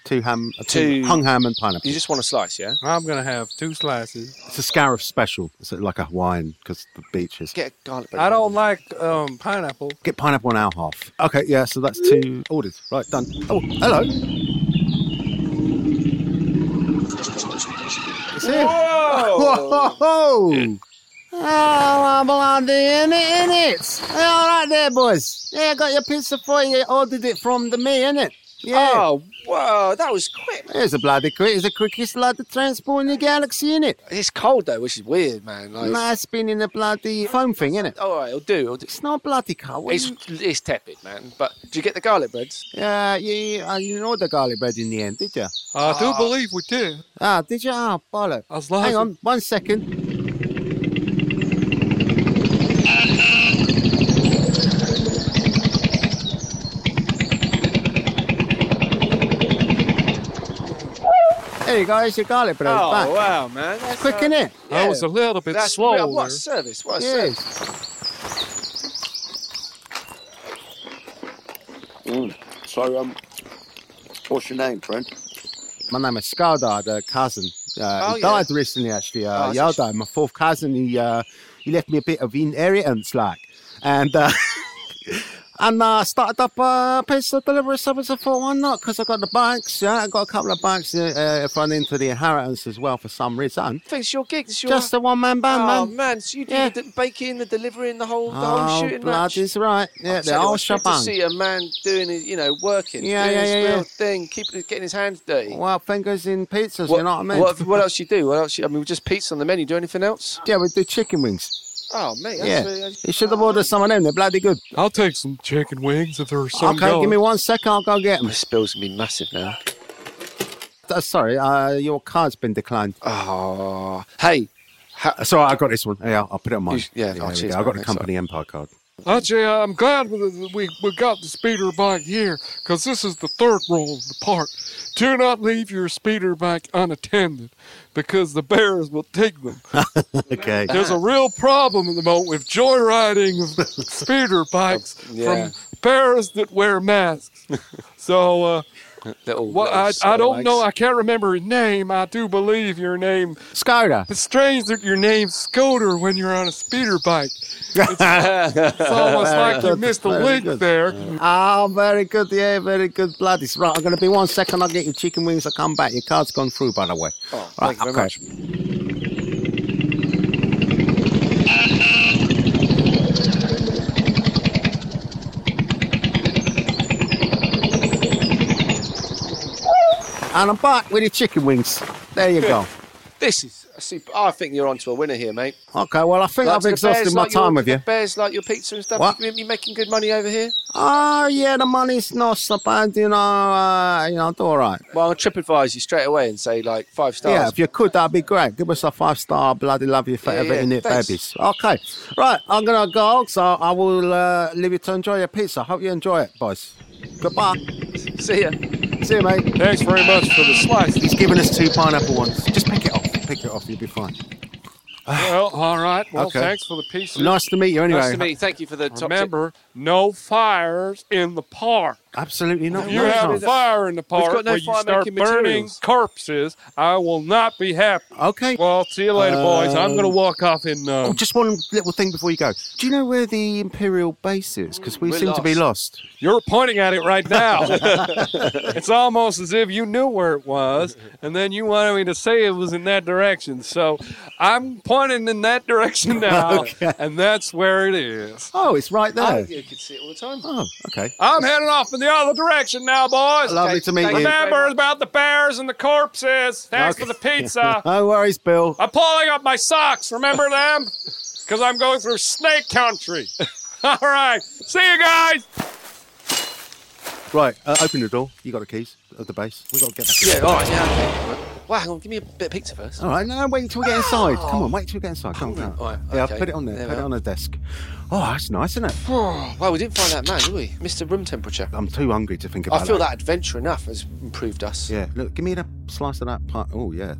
Speaker 8: Two ham, uh, two,
Speaker 2: Two-
Speaker 8: hung ham and pineapple.
Speaker 7: You just want a slice, yeah?
Speaker 2: I'm gonna have two slices.
Speaker 8: It's a Scarif special. It's like a Hawaiian because the beaches.
Speaker 7: Get garlic.
Speaker 2: I don't like um, pineapple.
Speaker 8: Get pineapple on our half. Okay, yeah. So that's two orders. Right, done. Oh, hello. It's him.
Speaker 13: Whoa!
Speaker 8: Whoa!
Speaker 14: Oh, bloody in it, in it. All right there, boys. Yeah, I got your pizza for you. You Ordered it from the me, innit? Yeah.
Speaker 7: Oh, whoa, that was quick.
Speaker 14: It's a bloody quick. It's the quickest lad of transport in the galaxy, innit?
Speaker 7: It's cold though, which is weird, man. Like,
Speaker 14: Nah, it's been in the bloody foam thing, innit?
Speaker 7: all right, it'll do. It'll do.
Speaker 14: It's not bloody cold.
Speaker 7: It's it's tepid, man. But did you get the garlic breads?
Speaker 14: Yeah, you, you, uh, you know the garlic bread in the end, did you?
Speaker 2: I do believe we did.
Speaker 14: Ah, did you? Ah, bollock.
Speaker 2: As long
Speaker 14: Hang
Speaker 2: as-
Speaker 14: on, one second. There you go, it's your garlic bread.
Speaker 7: Oh,
Speaker 14: back.
Speaker 7: wow, man. That's,
Speaker 14: quick,
Speaker 7: uh,
Speaker 14: in innit?
Speaker 7: I was a
Speaker 2: little
Speaker 7: That's real- What a service! What a
Speaker 14: Yes.
Speaker 7: service!
Speaker 15: Mm. So, um, what's your name, friend?
Speaker 14: My name is Skaldar, the cousin. Uh,
Speaker 15: Oh,
Speaker 14: he
Speaker 15: yeah.
Speaker 14: died recently, actually.
Speaker 15: Oh,
Speaker 14: Uh,
Speaker 15: that's
Speaker 14: Yalda, my fourth cousin, he, uh, he left me a bit of inheritance, like. And uh, and uh, started up a piece of delivery service. I thought, why not? Because I got the bikes, yeah. I got a couple of bikes uh, uh, if I'm into the inheritance as well for some reason.
Speaker 7: Thanks, your gig. It's your
Speaker 14: Just a one man band,
Speaker 7: oh,
Speaker 14: man.
Speaker 7: so you do the baking, the delivering, the whole, the whole
Speaker 14: Oh,
Speaker 7: shooting
Speaker 14: blood
Speaker 7: match.
Speaker 14: is right. Yeah,
Speaker 7: I'll
Speaker 14: the
Speaker 7: tell you
Speaker 14: whole
Speaker 7: what, it's good
Speaker 14: shebang.
Speaker 7: To see a man doing his, you know, working,
Speaker 14: Yeah,
Speaker 7: doing
Speaker 14: yeah,
Speaker 7: his
Speaker 14: yeah,
Speaker 7: real
Speaker 14: yeah.
Speaker 7: thing, keeping, getting his hands dirty.
Speaker 14: Well, fingers in pizzas, you know what I mean?
Speaker 7: What, what else you do? What else? You, I mean, just pizza on the menu. Do anything else?
Speaker 14: yeah, we do chicken wings.
Speaker 7: Oh, mate, that's
Speaker 14: Yeah,
Speaker 7: really-
Speaker 14: you should have ordered some of them. They're bloody good.
Speaker 2: I'll take some chicken wings if there's some
Speaker 14: Okay, give me one second. I'll go get them.
Speaker 7: My spill's gonna be massive now.
Speaker 14: Uh, sorry, uh, your card's been declined.
Speaker 7: Oh, hey,
Speaker 8: so I got this one. Yeah, I'll put it on mine.
Speaker 2: yeah,
Speaker 8: there
Speaker 2: oh,
Speaker 8: we
Speaker 2: cheers,
Speaker 8: go. I got
Speaker 2: mate,
Speaker 8: the company Empire card.
Speaker 2: Actually, I'm glad that we, we got the speeder bike here because this is the third rule of the park. Do not leave your speeder bike unattended because the bears will take them.
Speaker 8: okay.
Speaker 2: There's a real problem at the moment with joyriding of speeder bikes
Speaker 8: Yeah.
Speaker 2: from bears that wear masks. So, uh,
Speaker 7: Little,
Speaker 2: what, I,
Speaker 7: little
Speaker 2: I don't
Speaker 7: scallywags.
Speaker 2: know. I can't remember his name. I do believe your name.
Speaker 8: Skoda.
Speaker 2: It's strange that your name's Skoda when you're on a speeder bike. It's, it's almost like you missed a
Speaker 8: Very
Speaker 2: link
Speaker 8: good.
Speaker 2: there.
Speaker 8: Oh, very good. Yeah, very good. Bloody. Right, I'm going to be one second. I'll get your chicken wings. I'll come back. Your card's gone through, by the way.
Speaker 7: Oh,
Speaker 8: Right,
Speaker 7: thank you very
Speaker 8: okay.
Speaker 7: much.
Speaker 8: And I'm back with your chicken wings. There you go.
Speaker 7: This is a super. I think you're onto a winner here, mate.
Speaker 8: Okay, well, I think
Speaker 7: Like,
Speaker 8: I've
Speaker 7: do the
Speaker 8: exhausted
Speaker 7: bears
Speaker 8: my
Speaker 7: like your-
Speaker 8: time with
Speaker 7: do the
Speaker 8: you.
Speaker 7: Bears like your pizza and stuff.
Speaker 8: What?
Speaker 7: You, you making good money over here?
Speaker 8: Oh, yeah, the money's not so bad, you know. Uh, you know, I do all right.
Speaker 7: Well, I'll trip advise you straight away and say like five stars.
Speaker 8: Yeah, if you could, that'd be great. Give us a five star. Bloody love you for
Speaker 7: Yeah,
Speaker 8: ever
Speaker 7: yeah,
Speaker 8: in it,
Speaker 7: thanks.
Speaker 8: babies. Okay, right. I'm gonna go, so I will uh, leave you to enjoy your pizza. Hope you enjoy it, boys. Goodbye.
Speaker 7: See ya.
Speaker 8: See you, mate.
Speaker 2: Thanks very much for the slice.
Speaker 8: He's giving us two pineapple ones. Just pick it off. Pick it off. You'll be fine.
Speaker 2: Well, all right. Well,
Speaker 8: Okay.
Speaker 2: thanks for the piece.
Speaker 8: Nice to meet you anyway.
Speaker 7: Nice to meet you. Thank you for the top tip.
Speaker 2: Remember, no fires in the park.
Speaker 8: Absolutely not.
Speaker 2: If you
Speaker 8: no,
Speaker 2: have a
Speaker 8: no.
Speaker 2: fire in the
Speaker 8: We've
Speaker 2: park
Speaker 8: got no
Speaker 2: where you start
Speaker 8: fire-making
Speaker 2: burning
Speaker 8: materials.
Speaker 2: corpses, I will not be happy.
Speaker 8: Okay.
Speaker 2: Well, see you later, boys. I'm going to
Speaker 8: Um,
Speaker 2: walk off in. Uh,
Speaker 8: Oh, just one little thing before you go. Do you know where the Imperial base is? Because we
Speaker 2: We're
Speaker 8: seem to be lost.
Speaker 2: You're pointing at it right now. it's almost as if you knew where it was, and then you wanted me to say it was in that direction. So I'm pointing in that direction now, and that's where it is.
Speaker 8: Oh, it's right there.
Speaker 7: Oh, you could see it all the time.
Speaker 8: Oh, okay.
Speaker 2: I'm heading off in the other direction now, boys.
Speaker 8: Lovely to meet you.
Speaker 2: Remember about the bears and the corpses. Thanks for the pizza.
Speaker 8: no worries, Bill.
Speaker 2: I'm pulling up my socks. Remember them? Because I'm going through snake country. All right. See you guys.
Speaker 8: Right, uh, open the door. You got the keys of the base. We got to get back.
Speaker 7: Yeah. All right. Yeah. Okay. Wow. Hang on. Give me a bit of pizza first.
Speaker 8: All right, no, no, wait until we get inside. Come on, wait until we get inside. Come on, come on.
Speaker 7: Oh. All right,
Speaker 8: Yeah,
Speaker 7: okay.
Speaker 8: put it on there.
Speaker 7: There
Speaker 8: put
Speaker 7: we
Speaker 8: it
Speaker 7: are.
Speaker 8: on the desk. Oh, that's nice, isn't it?
Speaker 7: well, we didn't find that man, did we? Mr. Room Temperature.
Speaker 8: I'm too hungry to think about
Speaker 7: I feel that adventure enough has improved us.
Speaker 8: Yeah, look, give me a slice of that pie. Oh, yeah.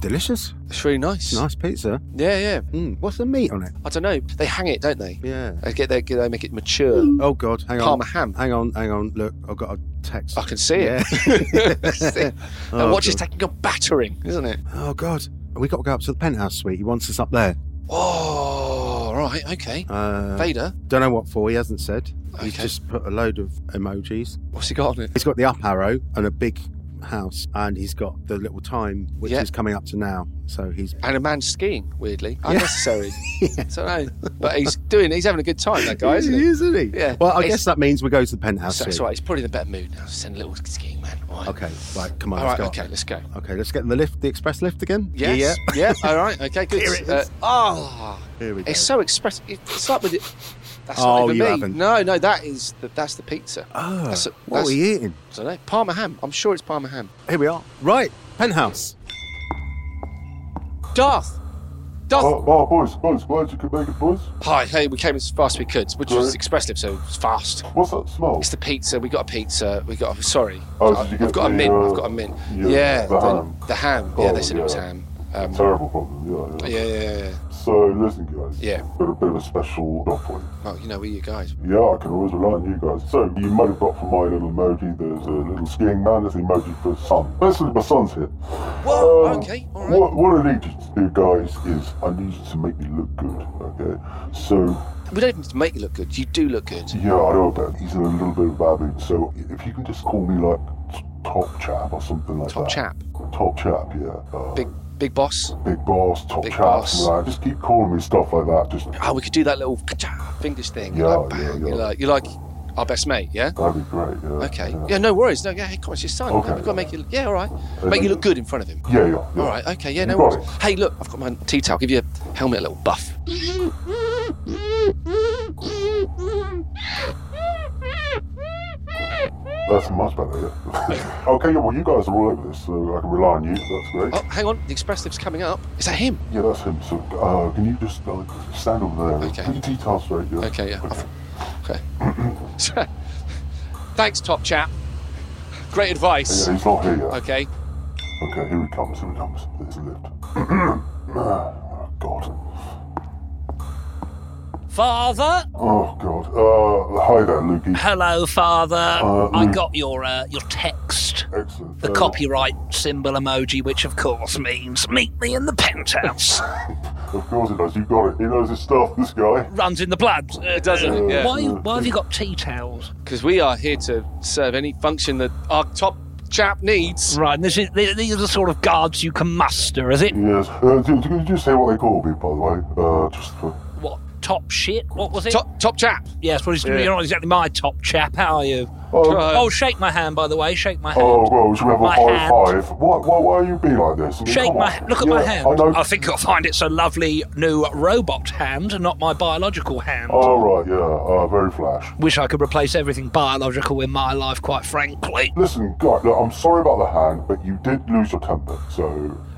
Speaker 8: Delicious.
Speaker 7: It's really nice.
Speaker 8: Nice pizza.
Speaker 7: Yeah, yeah.
Speaker 8: Mm, what's the meat on it?
Speaker 7: I don't know. They hang it, don't they?
Speaker 8: Yeah.
Speaker 7: They get they, they make it mature.
Speaker 8: Oh, God, hang on.
Speaker 7: Parma ham.
Speaker 8: Hang on, hang on. Look, I've got a text.
Speaker 7: I can see
Speaker 8: yeah.
Speaker 7: it.
Speaker 8: Oh,
Speaker 7: and watch is
Speaker 8: God.
Speaker 7: taking a battering, isn't it?
Speaker 8: Oh, God. we got to go up to the penthouse suite. He wants us up there.
Speaker 7: Oh, right. Okay.
Speaker 8: Uh,
Speaker 7: Vader?
Speaker 8: Don't know what for. He hasn't said. He's
Speaker 7: Okay.
Speaker 8: just put a load of emojis.
Speaker 7: What's he got on it?
Speaker 8: He's got the up arrow and a big house, and he's got the little time which
Speaker 7: Yeah.
Speaker 8: is coming up to now. So he's
Speaker 7: And a man skiing, weirdly. Unnecessary. I don't know. But he's doing he's having a good time, that guy, isn't he?
Speaker 8: is, isn't he?
Speaker 7: Yeah.
Speaker 8: Well, I
Speaker 7: It's-
Speaker 8: guess that means we go to the penthouse.
Speaker 7: So, that's
Speaker 8: suite.
Speaker 7: right, he's probably in a better mood now. Send a little skiing man. All right.
Speaker 8: Okay. Right. Come on.
Speaker 7: All
Speaker 8: let's
Speaker 7: right,
Speaker 8: go.
Speaker 7: okay, let's go.
Speaker 8: Okay. Let's get in the lift, the express lift again. Yeah,
Speaker 7: Yes.
Speaker 8: Yeah.
Speaker 7: Yeah. All right. Okay. Good.
Speaker 8: Here it
Speaker 7: Uh,
Speaker 8: is.
Speaker 7: oh,
Speaker 8: Here we go.
Speaker 7: it's so expressive. It's like with it. That's
Speaker 8: Oh,
Speaker 7: not even
Speaker 8: you
Speaker 7: me.
Speaker 8: haven't.
Speaker 7: No, no, that is the, that's the pizza.
Speaker 8: Oh,
Speaker 7: that's a-
Speaker 8: what are
Speaker 7: that's-
Speaker 8: we eating?
Speaker 7: I don't know. Parma ham. I'm sure it's Parma ham.
Speaker 8: Here we are. Right. Penthouse.
Speaker 7: Darth. Darth.
Speaker 9: Oh, oh, boys, boys, glad you could make it, boys.
Speaker 7: Hi. Hey, we came as fast as we could, which was
Speaker 9: Right.
Speaker 7: expressive, so it was fast.
Speaker 9: What's that smell?
Speaker 7: It's the pizza. We got a pizza. We got. A, sorry.
Speaker 9: Oh,
Speaker 7: I-
Speaker 9: did you
Speaker 7: I've
Speaker 9: get
Speaker 7: got a
Speaker 9: the,
Speaker 7: mint.
Speaker 9: uh,
Speaker 7: I've got a mint.
Speaker 9: yeah,
Speaker 7: yeah.
Speaker 9: the
Speaker 7: The,
Speaker 9: ham.
Speaker 7: the ham. yeah,
Speaker 9: Oh,
Speaker 7: they said it was
Speaker 9: yeah.
Speaker 7: ham. Um,
Speaker 9: Terrible problem, yeah,
Speaker 7: yeah, yeah, yeah.
Speaker 9: So, listen, guys.
Speaker 7: Yeah.
Speaker 9: Got a bit of a special offer.
Speaker 7: Well, you know, we you guys.
Speaker 9: Yeah, I can always rely on you guys. So, you might have got from my little emoji, there's a little skiing man, there's an emoji for sun. Basically, my son's here.
Speaker 7: Whoa,
Speaker 9: Um,
Speaker 7: okay,
Speaker 9: What, what I need you to do, guys, is I need you to make me look good, okay? So,
Speaker 7: We don't need to make you look good. You do look good.
Speaker 9: yeah, I know about it. He's in a little bit of a bad mood, so if you can just call me, like, t- Top Chap or something like
Speaker 7: Top
Speaker 9: that.
Speaker 7: chap.
Speaker 9: Top Chap, yeah. Uh,
Speaker 7: Big big boss.
Speaker 9: Big boss, top
Speaker 7: Big
Speaker 9: chap,
Speaker 7: boss.
Speaker 9: like, just keep calling me stuff like that. Just
Speaker 7: Oh, we could do that little ka-cha, fingers thing.
Speaker 9: Yeah,
Speaker 7: like,
Speaker 9: yeah,
Speaker 7: bang.
Speaker 9: yeah.
Speaker 7: You're like, you're like our best mate, yeah?
Speaker 9: that'd be great. Yeah.
Speaker 7: Okay.
Speaker 9: Yeah.
Speaker 7: Yeah, no worries. No, yeah, hey, come on, it's your son.
Speaker 9: Okay,
Speaker 7: We've got to make you. Yeah, all right. Make you look good in front of him.
Speaker 9: Yeah, yeah. yeah.
Speaker 7: All right. Okay. Yeah,
Speaker 9: You
Speaker 7: no
Speaker 9: got
Speaker 7: worries. Hey, look, I've got my tea towel. Give your helmet a little buff.
Speaker 9: That's much better, yeah. okay, yeah, well, you guys are all over this, so I can rely on you. That's great.
Speaker 7: Oh, hang on, the express lift's coming up. Is that him?
Speaker 9: Yeah, that's him. So, uh, can you just uh, stand over there? Okay. Put your details straight, yeah.
Speaker 7: Okay, yeah. Okay. Thanks, top chap. Great advice.
Speaker 9: Yeah, he's not here yet.
Speaker 7: Okay.
Speaker 9: Okay, here he comes, here he comes. There's a lift. oh, God.
Speaker 11: Father?
Speaker 9: Oh, God. Uh, hi there, Lukey.
Speaker 11: Hello, Father.
Speaker 9: Uh,
Speaker 11: I
Speaker 9: Luke.
Speaker 11: got your uh, your text.
Speaker 9: Excellent.
Speaker 7: Uh.
Speaker 11: The copyright symbol emoji, which of course means meet me in the penthouse.
Speaker 9: Of course it does. You got it. He knows his stuff, this guy.
Speaker 11: Runs in the blood. Uh,
Speaker 7: doesn't it? Yeah.
Speaker 11: Why, why have you got tea towels?
Speaker 7: Because we are here to serve any function that our top chap needs.
Speaker 11: Right, and this is, th- these are the sort of guards you can muster, is it?
Speaker 9: Yes. Uh, did, did you just say what they call me, by the way? Uh, just for...
Speaker 11: What, top shit? What was it?
Speaker 7: Top, top chap.
Speaker 11: Yes, well, it's-
Speaker 9: Yeah.
Speaker 11: you're not exactly my top chap, how are you?
Speaker 9: Oh.
Speaker 7: Uh,
Speaker 11: oh, shake my hand, by the way. Shake my hand.
Speaker 9: Oh, well, should we have a
Speaker 11: My
Speaker 9: high
Speaker 11: hand.
Speaker 9: five? Why, why, why are you being like this? I mean,
Speaker 11: Shake
Speaker 9: come
Speaker 11: my
Speaker 9: on.
Speaker 11: look at
Speaker 9: Yeah,
Speaker 11: my hand.
Speaker 9: I know.
Speaker 11: I, think you'll find it's a lovely new robot hand, not my biological hand.
Speaker 9: Oh, right, yeah. Uh, very flash.
Speaker 11: Wish I could replace everything biological in my life, quite frankly.
Speaker 9: Listen, guy, look, I'm sorry about the hand, but you did lose your temper, so...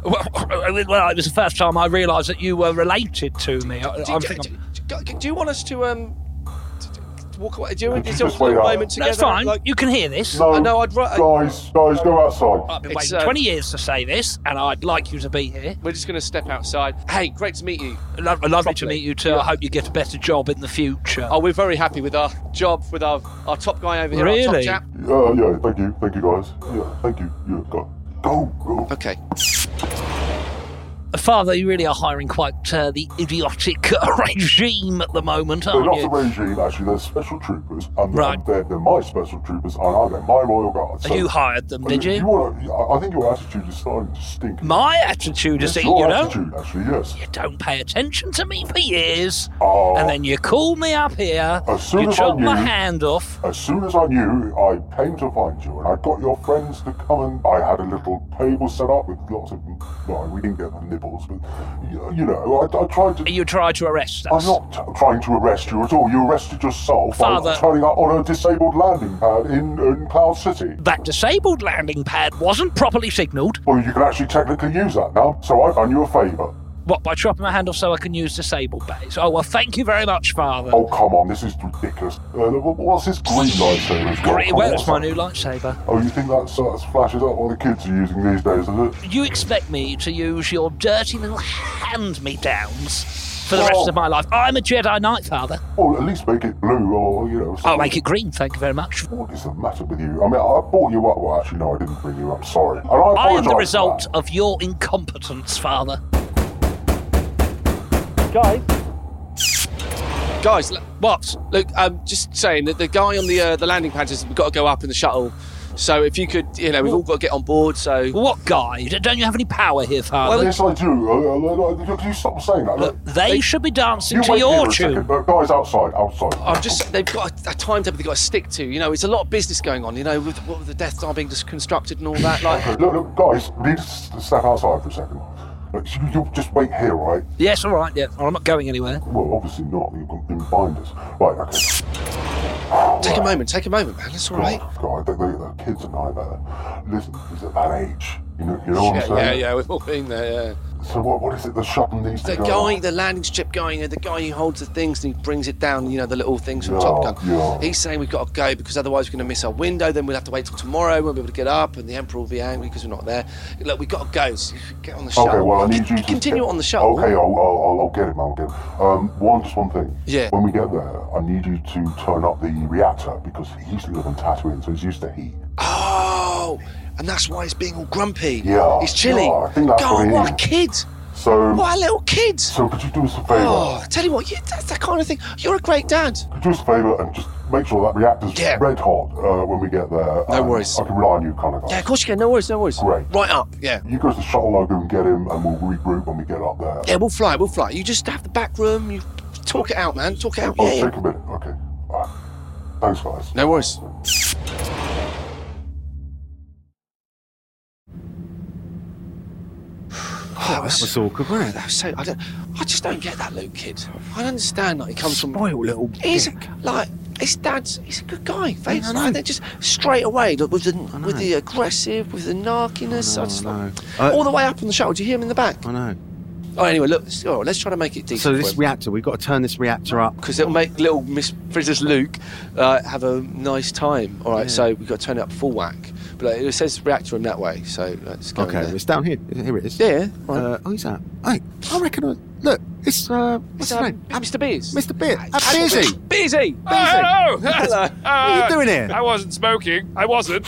Speaker 11: Well, well, it was the first time I realised that you were related to me. I,
Speaker 7: Do,
Speaker 11: I'm
Speaker 7: do-
Speaker 11: thinking,
Speaker 7: do- do- do you want us to um to- to walk away? Do you want
Speaker 9: Could you
Speaker 7: is there a
Speaker 9: just wait
Speaker 7: little
Speaker 9: out?
Speaker 7: moment together?
Speaker 11: that's fine.
Speaker 7: Like,
Speaker 11: you can hear this.
Speaker 9: No,
Speaker 11: I know.
Speaker 7: I'd ra-
Speaker 9: guys, guys, go outside.
Speaker 11: I've been
Speaker 7: it's,
Speaker 11: waiting
Speaker 7: uh,
Speaker 11: 20 years to say this, and I'd like you to be here.
Speaker 7: We're just going to step outside. Hey, great to meet you.
Speaker 11: Lo- lovely to meet you too. I hope you get a better job in the future.
Speaker 7: Oh, we're very happy with our job, with our, our top guy over here. our top
Speaker 11: Really?
Speaker 7: chap.
Speaker 9: Yeah, Uh, yeah, thank you. Thank you, guys. Yeah, thank you. Yeah, go. Go, go.
Speaker 7: Okay.
Speaker 11: Father, you really are hiring quite uh, the idiotic uh, regime at the moment,
Speaker 9: They're
Speaker 11: aren't
Speaker 9: not
Speaker 11: you?
Speaker 9: the regime, actually. They're special troopers, and
Speaker 11: Right.
Speaker 9: and they're, they're my special troopers, and I'm they're my royal guard.
Speaker 11: You hired them, did you?
Speaker 9: wanna, I- I think your attitude is starting to stink.
Speaker 11: My attitude is
Speaker 9: It's
Speaker 11: that
Speaker 9: your
Speaker 11: you don't,
Speaker 9: attitude, actually, yes.
Speaker 11: you don't pay attention to me for years,
Speaker 9: Oh.
Speaker 11: and then you call me up here,
Speaker 9: As soon
Speaker 11: you
Speaker 9: as I
Speaker 11: chop my
Speaker 9: knew-
Speaker 11: hand off.
Speaker 9: As soon as I knew, I came to find you, and I got your friends to come, and I had a little table set up with lots of. Well, we didn't get the nibbles, but you you know, I, I tried to.
Speaker 11: You tried to arrest us.
Speaker 9: I'm not t- trying to arrest you at all. You arrested yourself
Speaker 11: Father-
Speaker 9: by turning up on a disabled landing pad in, in Cloud City.
Speaker 11: That disabled landing pad wasn't properly signalled.
Speaker 9: Well, you can actually technically use that now, so I've done you a favour.
Speaker 11: What, by chopping my hand off so I can use disabled base? Oh, well, thank you very much, Father.
Speaker 9: Oh, come on, this is ridiculous. Uh, wh- what's this green lightsaber? as well?
Speaker 11: Great, well, it's my new lightsaber.
Speaker 9: Oh, you think that's, that's flashes up what the kids are using these days, is it?
Speaker 11: You expect me to use your dirty little hand me downs for the rest
Speaker 9: Oh.
Speaker 11: of my life? I'm a Jedi Knight, Father.
Speaker 9: Well, at least make it blue or, you know.
Speaker 11: I'll make it green, thank you very much.
Speaker 9: What is the matter with you? I mean, I brought you up. Well, actually, no, I didn't bring you up. Sorry. And I
Speaker 11: I
Speaker 9: apologise.
Speaker 11: am the
Speaker 9: for
Speaker 11: result of your incompetence, Father.
Speaker 16: Guys,
Speaker 7: Guys, l- what? Look, um, just saying that the guy on the uh, the landing pad has we've got to go up in the shuttle. So if you could, you know, we've all got to get on board. So
Speaker 11: what guy? Don't you have any power here, Father?
Speaker 9: Well, yes, I do. Uh, uh, uh, can you stop saying that? Look,
Speaker 11: They, should be dancing
Speaker 9: you
Speaker 11: to
Speaker 9: wait here
Speaker 11: your
Speaker 9: a
Speaker 11: tune.
Speaker 9: second. Uh, guys, outside, outside.
Speaker 7: I'm just, they've got a, a timetable they've got to stick to. You know, it's a lot of business going on, you know, with, what with the Death Star being just constructed and all that. Like,
Speaker 9: Look, look, guys, we need to s- step outside for a second. Look, you, you just wait here, right?
Speaker 11: Yes, all right, yeah. Well, I'm not going anywhere.
Speaker 9: Well, obviously not. You've got in binders. Right, okay.
Speaker 7: take a moment, take a moment, man. It's all right.
Speaker 9: God, they, they, the kids are nightmare. Listen, he's at that age. You know, you know what
Speaker 7: yeah,
Speaker 9: I'm
Speaker 7: yeah,
Speaker 9: saying?
Speaker 7: yeah, we've all been there. Yeah.
Speaker 9: So what, what is it the shuttle needs
Speaker 7: The
Speaker 9: to go on?
Speaker 7: guy, the landing strip guy, you know, the guy who holds the things and he brings it down, you know, the little things from
Speaker 9: Yeah,
Speaker 7: Top Gun.
Speaker 9: yeah.
Speaker 7: He's saying we've got to go because otherwise we're going to miss our window. Then we'll have to wait till tomorrow. We won't be able to get up, and the Emperor will be angry because we're not there. Look, we've got to go. So get on the shuttle.
Speaker 9: Okay, well, I need
Speaker 7: Con-
Speaker 9: you to
Speaker 7: continue
Speaker 9: get-
Speaker 7: on the shuttle.
Speaker 9: Okay, I'll, I'll, I'll, I'll get him. I'll get him. Um, one, just one thing.
Speaker 7: Yeah.
Speaker 9: When we get there, I need you to turn up the reactor because he used to live on Tatooine, so he's used to heat.
Speaker 7: Oh, and that's why he's being all grumpy.
Speaker 9: Yeah,
Speaker 7: he's chilly.
Speaker 9: yeah, I think that's what
Speaker 7: God,
Speaker 9: it
Speaker 7: what a
Speaker 9: is.
Speaker 7: kid!
Speaker 9: So.
Speaker 7: What a little kid!
Speaker 9: So could you do us a favour?
Speaker 7: Oh, tell you what, you, that's that kind of thing. You're a great dad.
Speaker 9: Could you do us a favour and just make sure that reactor's red hot uh, when we get there? No worries. I can rely on you, kind of guy.
Speaker 7: Yeah, of course you can. No worries, no worries.
Speaker 9: Great.
Speaker 7: Right up. Yeah.
Speaker 9: You go to the shuttle logo and get him, and we'll regroup when we get up there.
Speaker 7: Yeah, we'll fly. We'll fly. You just have the back room. You talk it out, man. Talk it out.
Speaker 9: Oh,
Speaker 7: Yeah, yeah.
Speaker 9: take a minute. Okay. All right. Thanks, guys.
Speaker 7: No worries. that was,
Speaker 14: awkward, wasn't
Speaker 7: it? So, I, don't, I just don't get that Luke kid. I don't understand that he comes from.
Speaker 14: Spoiled little
Speaker 7: He's like, His dad's he's a good guy. Faith. Like, they're just straight away like, with the with the aggressive, with the narkiness. I just, like,
Speaker 8: I- Uh,
Speaker 7: all the way up on the shuttle. Do you hear him in the back?
Speaker 8: I know.
Speaker 7: Oh, anyway, look. Let's, all right, let's try to make it decent.
Speaker 8: So this reactor, we've got to turn this reactor up.
Speaker 7: because it'll make little Miss Princess Luke uh, have a nice time. All right, so we've got to turn it up full whack. But like, it says reactor room that way, so let's go. in
Speaker 8: Okay,
Speaker 7: there.
Speaker 8: it's down here. Here it is.
Speaker 7: Yeah.
Speaker 8: Uh, oh, he's out. Hey, I reckon. I, look, it's uh, what's his name?
Speaker 7: Mr. Beers.
Speaker 8: Mr. Beers.
Speaker 2: Ah,
Speaker 8: Beersy.
Speaker 7: Beersy.
Speaker 2: Oh, hello.
Speaker 8: Hello. What are you doing here?
Speaker 2: I wasn't smoking. I wasn't.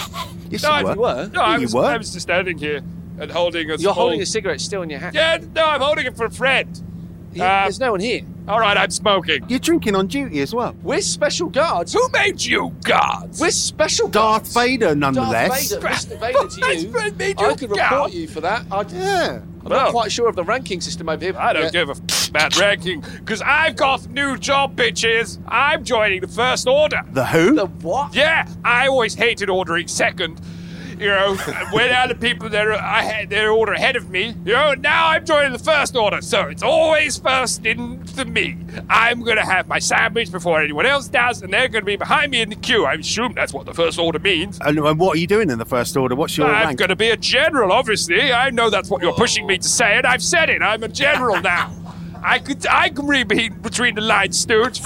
Speaker 8: Yes,
Speaker 2: no,
Speaker 8: you
Speaker 2: I-
Speaker 8: were.
Speaker 2: No, I
Speaker 8: You
Speaker 2: was,
Speaker 8: were.
Speaker 2: I was just standing here and holding a.
Speaker 7: You're holding
Speaker 2: small-
Speaker 7: a cigarette still in your hand.
Speaker 2: Yeah, no, I'm holding it for a friend.
Speaker 7: Yeah, there's no one here.
Speaker 2: All right, I'm smoking.
Speaker 8: You're drinking on duty as well.
Speaker 7: We're special guards.
Speaker 2: Who made you guards?
Speaker 7: We're special
Speaker 8: Darth Vader, nonetheless.
Speaker 7: Darth Vader, Mr. Vader to you. I could report you for that. I'd,
Speaker 8: yeah.
Speaker 7: I'm
Speaker 2: Well.
Speaker 7: not quite sure of the ranking system over here.
Speaker 2: I don't
Speaker 7: Yeah.
Speaker 2: give a f- about ranking because I've got a new job, bitches. I'm joining the First Order.
Speaker 8: The who?
Speaker 7: The what?
Speaker 2: Yeah, I always hated ordering second. You know, when other people that are, I had their order ahead of me, you know, now I'm joining the First Order, so it's always first in to me. I'm gonna have my sandwich before anyone else does, and they're gonna be behind me in the queue. I assume that's what the First Order means.
Speaker 8: And, and what are you doing in the first order? What's your
Speaker 2: I'm
Speaker 8: rank?
Speaker 2: going to be a general, obviously. I know that's what you're pushing me to say, and I've said it. I'm a general now. I could I can read be- between the lines, Stooge.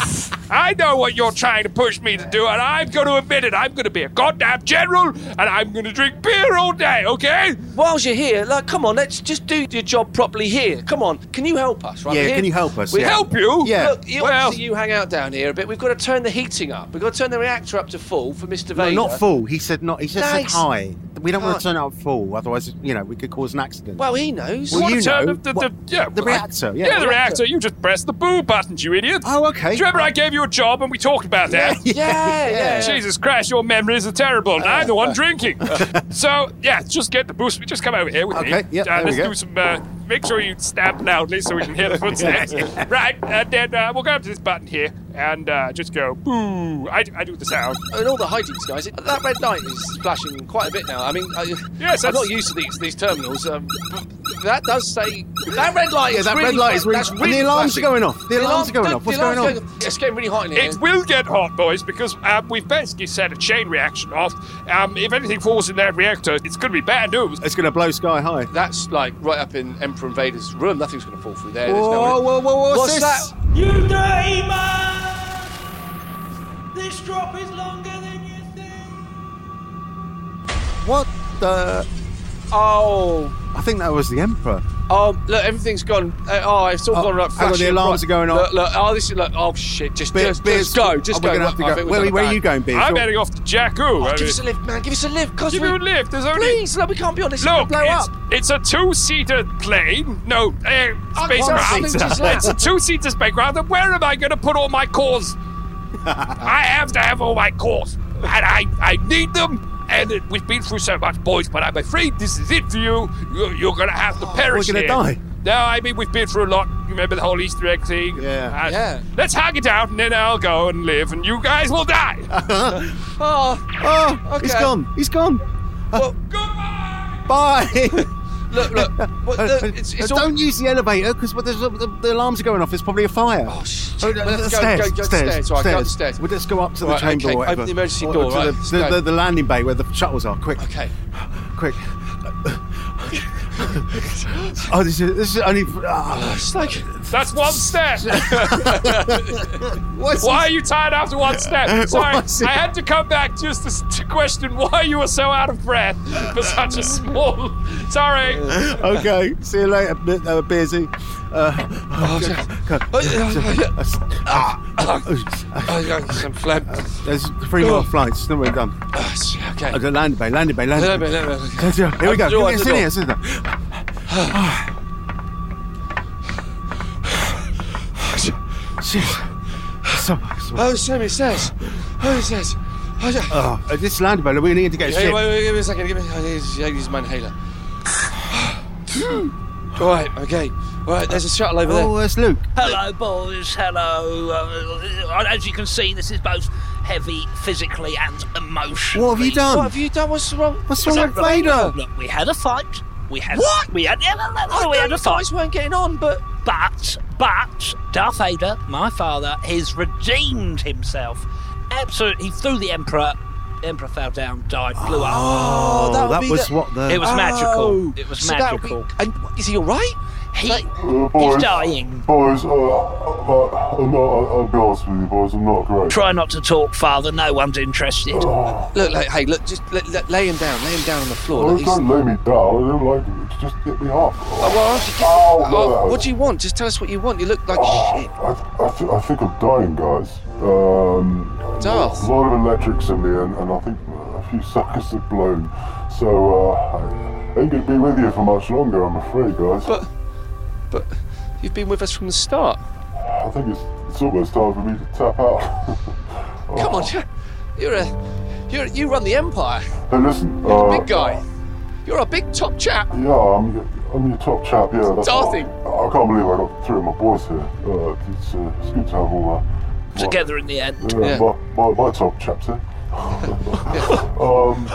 Speaker 2: I know what you're trying to push me to do, and I'm going to admit it. I'm going to be a goddamn general, and I'm going to drink beer all day. Okay?
Speaker 7: Whilst you're here, like, come on, let's just do your job properly here. Come on, can you help us? Right,
Speaker 8: Yeah,
Speaker 7: we're here-
Speaker 8: can you help us?
Speaker 7: We
Speaker 8: Yeah.
Speaker 2: Help you?
Speaker 8: Yeah.
Speaker 7: Look, you, obviously you hang out down here a bit. We've got to turn the heating up. We've got to turn the reactor up to full for Mr.
Speaker 8: No,
Speaker 7: Vader.
Speaker 8: not full. He said not. He just
Speaker 7: No,
Speaker 8: said
Speaker 7: it's-
Speaker 8: high. We don't want
Speaker 7: High.
Speaker 8: to turn it up full, otherwise, you know, we could cause an accident.
Speaker 7: Well, he knows.
Speaker 8: Well,
Speaker 2: Wanna
Speaker 8: you
Speaker 2: turn
Speaker 8: know,
Speaker 2: the, the,
Speaker 8: what-
Speaker 2: the- yeah,
Speaker 8: the
Speaker 2: I-
Speaker 8: reactor, yeah,
Speaker 2: the
Speaker 8: the
Speaker 2: reactor.
Speaker 8: reactor.
Speaker 2: You just press the boo buttons, you idiot.
Speaker 8: Oh, okay.
Speaker 2: Do you remember I gave you a job and we talked about that?
Speaker 7: Yeah, yeah, yeah.
Speaker 2: Jesus Christ, your memories are terrible. And I'm the one drinking. so, yeah, just get the boost. We just come over here with me.
Speaker 8: Okay, yeah,
Speaker 2: uh,
Speaker 8: there we
Speaker 2: let's
Speaker 8: go.
Speaker 2: do some. Uh, make sure you stamp loudly so we can hear the footsteps. Right, and then uh, we'll go up to this button here and uh, just go boo. I, I do the sound.
Speaker 7: And all the hijinks, guys. it- That red light is flashing quite a bit now. I mean, I,
Speaker 2: Yes,
Speaker 7: I'm
Speaker 2: that's-
Speaker 7: not used to these these terminals. Um, but that does say that red light
Speaker 8: Yeah,
Speaker 7: is
Speaker 8: that
Speaker 7: really
Speaker 8: red light is
Speaker 7: fla-
Speaker 8: really-
Speaker 7: that's
Speaker 8: and the alarms are
Speaker 7: flashing.
Speaker 8: going off. The alarms are going
Speaker 7: the-
Speaker 8: off. What's
Speaker 7: the alarms
Speaker 8: going on?
Speaker 7: going- It's getting really hot in here.
Speaker 2: It will get hot, boys, because um, we've basically set a chain reaction off. Um, if anything falls in that reactor, it's going to be bad news.
Speaker 8: It's going to blow sky high.
Speaker 7: That's like right up in Emperor and Vader's room. Nothing's going to fall through there. There's no
Speaker 8: Whoa,
Speaker 7: one-
Speaker 8: whoa, whoa, whoa, what's, this?
Speaker 7: that?
Speaker 17: You dirty man! This drop is longer than you think.
Speaker 8: What the?
Speaker 7: Oh,
Speaker 8: I think that was the Emperor.
Speaker 7: oh, look, everything's gone. Uh, oh, it's all
Speaker 8: Oh,
Speaker 7: gone right.
Speaker 8: hang on, the
Speaker 7: flashing
Speaker 8: alarms
Speaker 7: bright.
Speaker 8: are going off.
Speaker 7: Look, look, oh, this is like, oh shit, just,
Speaker 8: Beer-
Speaker 7: just,
Speaker 8: Beer's-
Speaker 7: just go, just
Speaker 8: oh,
Speaker 7: go.
Speaker 8: we're gonna have to
Speaker 7: I
Speaker 8: go.
Speaker 7: think we've
Speaker 8: Where-
Speaker 7: done
Speaker 8: where are
Speaker 7: it
Speaker 8: you
Speaker 7: bad.
Speaker 8: going, Beers?
Speaker 2: I'm
Speaker 8: You're-
Speaker 2: heading off to Jakku.
Speaker 7: Oh,
Speaker 2: I
Speaker 7: give
Speaker 2: mean-
Speaker 7: us a lift, man. Give us a lift. Cause
Speaker 2: Give
Speaker 7: we,
Speaker 2: me a lift. There's only-
Speaker 7: Please, look, we can't be on this. It's
Speaker 2: Look,
Speaker 7: gonna blow
Speaker 2: it's,
Speaker 7: up.
Speaker 2: it's a two-seater plane. No, uh,
Speaker 7: I
Speaker 2: spacecraft.
Speaker 7: can't see just that.
Speaker 2: It's a two-seater spacecraft. Then where am I going to put all my cores? I have to have all my cores, and I I need them. And it, we've been through so much, boys. But I'm afraid this is it for you. You're, you're going to have to perish.
Speaker 8: Oh, gonna
Speaker 2: here.
Speaker 8: die.
Speaker 2: No, I mean we've been through a lot. You Remember the whole Easter egg thing?
Speaker 8: Yeah.
Speaker 2: Uh,
Speaker 7: Yeah.
Speaker 2: Let's hang it out, and then I'll go and live, and you guys will die.
Speaker 7: Oh,
Speaker 8: Oh, he's
Speaker 7: Okay.
Speaker 8: gone. He's gone. Uh,
Speaker 7: well,
Speaker 8: Bye.
Speaker 7: look, look. What, the, it's, it's all.
Speaker 8: Don't use the elevator because the, the, the alarms are going off. There's probably a fire.
Speaker 7: Oh, shit.
Speaker 8: Oh, no,
Speaker 7: Well,
Speaker 8: the
Speaker 7: let's go-
Speaker 8: stairs,
Speaker 7: go- go
Speaker 8: stairs,
Speaker 7: upstairs. Right, go upstairs.
Speaker 8: We'll just go up to the
Speaker 7: Right,
Speaker 8: chamber
Speaker 7: okay,
Speaker 8: or whatever.
Speaker 7: open the emergency
Speaker 8: Or- or
Speaker 7: door,
Speaker 8: to
Speaker 7: right,
Speaker 8: the-
Speaker 7: let's
Speaker 8: the,
Speaker 7: go.
Speaker 8: the, the landing bay where the shuttles are. Quick,
Speaker 7: Okay.
Speaker 8: quick. oh, this is, this is only. ah.
Speaker 7: It's like
Speaker 2: That's one step.
Speaker 8: What's
Speaker 2: Why are you tired after one step? Sorry,
Speaker 8: What's it-
Speaker 2: I had to come back just to, s- to question why you were so out of breath for such a small. Sorry.
Speaker 8: okay, see you later, B- uh, Beersy. Uh, oh, God. Ah.
Speaker 7: oh, yeah, some phlegm.
Speaker 8: There's three more flights, then we're done.
Speaker 7: Oh, shit, okay.
Speaker 8: Okay, landing bay, landing bay, landing
Speaker 7: Let me,
Speaker 8: bay.
Speaker 7: let me, let me.
Speaker 8: Let's go. Here we go.
Speaker 7: Up the door,
Speaker 8: Come here,
Speaker 7: up the
Speaker 8: sit
Speaker 7: door.
Speaker 8: here, sit here. Shit. So, so,
Speaker 7: Oh, Sammy it says. Oh, it says. Oh, yeah.
Speaker 8: oh, uh, this landing bay, we need to get
Speaker 7: Hey,
Speaker 8: shit.
Speaker 7: wait, wait, give me a second. Give me. oh, I need, I need my inhaler. All right, okay. All right, there's a shuttle over
Speaker 8: Oh,
Speaker 7: there.
Speaker 8: that's Luke.
Speaker 11: Hello, boys. Hello. Uh, as you can see, this is both heavy physically and emotionally.
Speaker 8: What have you done?
Speaker 7: What have you done? What's wrong?
Speaker 8: Oh, What's wrong with Vader?
Speaker 11: Look, we had a fight. We had
Speaker 7: What?
Speaker 11: We had, yeah, no, no, no,
Speaker 7: I
Speaker 11: we had a
Speaker 7: thought you guys
Speaker 11: fight.
Speaker 7: weren't getting on, but
Speaker 11: But, but Darth Vader, my father, has redeemed himself Absolutely, he threw the emperor. Emperor fell down, died, blew up.
Speaker 7: Oh, that would be the-
Speaker 11: It was magical.
Speaker 7: Oh,
Speaker 11: It was
Speaker 7: so that would be-
Speaker 11: magical.
Speaker 7: and is he all right?
Speaker 11: He,
Speaker 9: Uh, boys, dying. Boys, uh, uh, I'm not, I'll I'll be honest with you, boys, I'm not great. Oh,
Speaker 11: Try not to talk, Father. No one's interested.
Speaker 7: Oh. Look, like, hey, look, just lay, lay him down, lay him down on the floor.
Speaker 9: Boys,
Speaker 7: Look, he's-
Speaker 9: don't lay me down. I don't like it. Just get me up.
Speaker 7: Oh, well, honestly, get-
Speaker 9: no,
Speaker 7: oh,
Speaker 9: no.
Speaker 7: what do you want? Just tell us what you want. You look like
Speaker 9: Oh.
Speaker 7: shit.
Speaker 9: I, th- I think I'm dying, guys. Um,
Speaker 7: Darth.
Speaker 9: A lot of electrics in me, and, and I think a few suckers have blown. So, uh, I ain't gonna be with you for much longer, I'm afraid, guys. But,
Speaker 7: but, you've been with us from the start.
Speaker 9: I think it's, it's almost time for me to tap out.
Speaker 7: Come on, you're, you're a, you're, you run the empire.
Speaker 9: hey, listen.
Speaker 7: You're a
Speaker 9: Uh,
Speaker 7: big guy. You're a big top chap.
Speaker 9: Yeah, I'm, your- I'm your top chap, yeah. That's
Speaker 7: Darcy.
Speaker 9: I, I can't believe I got three of my boys here. Uh, it's, uh, it's good to have all that.
Speaker 11: Together in the end.
Speaker 9: Yeah, My, my, my top chap's here. um,